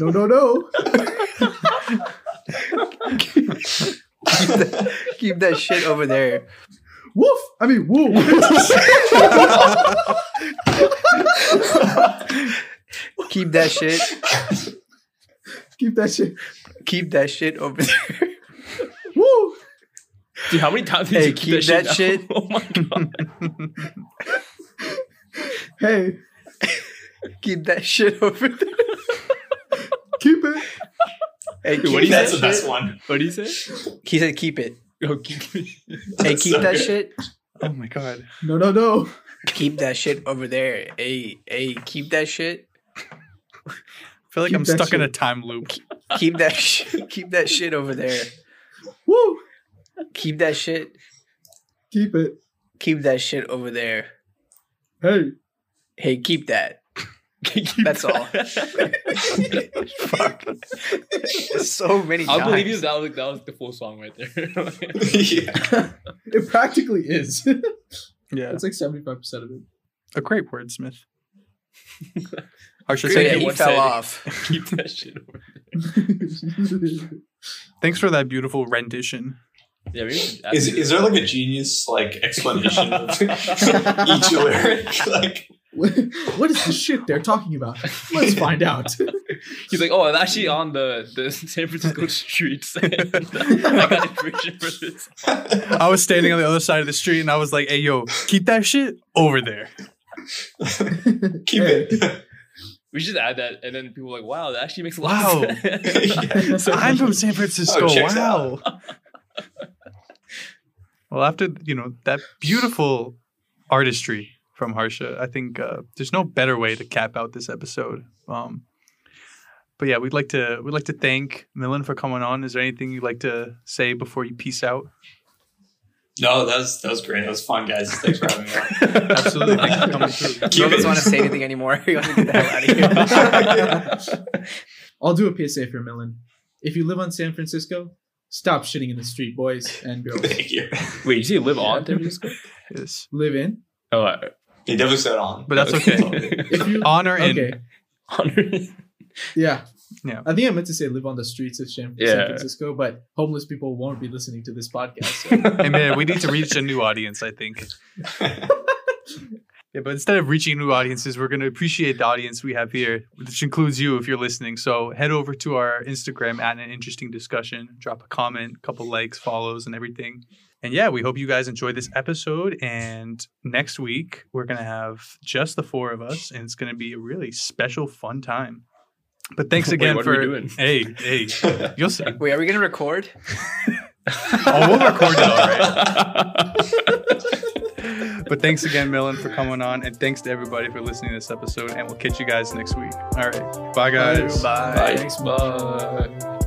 No, no, no.
Keep that, keep that shit over there.
Woof. I mean, woo. <laughs>
Keep that shit.
keep that shit.
Keep that shit over there.
Woo.
Dude, how many times did
Hey,
you
keep that shit.
down? <laughs> Oh my god.
Hey,
Keep that shit over there.
keep it.
Hey, keep
what do you
that
That's
say?
the
shit.
<laughs>
best one.
What do you say?
He said, "Keep it.
<laughs> Oh, keep-
Hey,
That's
keep
so
that
good.
shit.
Oh my god.
No, no, no.
Keep that shit over there. Hey, hey, keep that shit.
I feel like
Keep
I'm
that
stuck in a
shit.
time loop.
Keep that <laughs> shit. Keep that shit over there.
Woo.
Keep that shit.
Keep it.
Keep that shit over there.
Hey.
Hey, keep that.
keep
That's all.
that.
<laughs> Fuck. so many.
I'll
times.
believe you. if That was like, that was the full song right there. <laughs> Like-
yeah.
It practically is.
Yeah.
it's like seventy five percent of it.
A great <laughs> wordsmith. I should
So
Great.
yeah,
say,
he
One
fell
sided.
off.
keep that shit. Over.
thanks for that beautiful rendition.
Yeah, maybe we should ask
Is,
you
is
that.
there like a genius like explanation of each lyric? Like,
<laughs>
<laughs>
what is the shit they're talking about? Let's find out. <laughs>
He's like, oh, I'm actually on the, the <laughs> San
<laughs>
Francisco streets. <laughs> I got inspiration for this.
I was standing on the other side of the street and I was like, hey, yo, keep that shit over there.
keep it.
We should add that, and then people are like, wow, that actually makes a lot
Wow.
of sense.
<laughs>
Yeah.
I'm from San Francisco.
Oh, checks
wow. well, after, you know, that beautiful artistry from Harsha, I think uh, there's no better way to cap out this episode. Um, but yeah, we'd like to we'd like to thank Millen for coming on. Is there anything you'd like to say before you peace out?
<laughs> No, that was that was great. That was fun, guys. Thanks for having me. on.
Absolutely. Thanks for <laughs> coming through.
None of us want to say anything anymore. <laughs> We want to get the
<laughs>
hell out of here.
I'll do a PSA for Millen. If you live on San Francisco, stop shitting in the street, boys and
<laughs>
girls.
<laughs> Thank you.
Wait, you see, live on San Francisco?
Yes.
live in.
Oh, all right.
He definitely said on.
But that's <laughs> okay.
<laughs>
If you
Honor and
okay, yeah,
Yeah.
I think I meant to say live on the streets of San,
Yeah.
San Francisco, but homeless people won't be listening to this
<laughs>
podcast. So.
Hey man, we need to reach a new audience, I
<laughs>
think. Yeah, but instead of reaching new audiences, we're going to appreciate the audience we have here, which includes you if you're listening. So head over to our Instagram at an interesting discussion, drop a comment, couple likes, follows, and everything. And yeah, we hope you guys enjoyed this episode. And next week, we're going to have just the four of us, and it's going to be a really special, fun time. But
<laughs>
thanks
Wait,
again
what are
for.
we doing?
Hey, hey,
<laughs>
you'll see.
Wait, are we gonna record?
Oh, we'll record it all right.
<laughs> right.
But thanks again, Millen, for coming on. And thanks to everybody for listening to this episode. And we'll catch you guys next week. All right. Bye, guys.
Bye.
Bye.
Thanks, bye.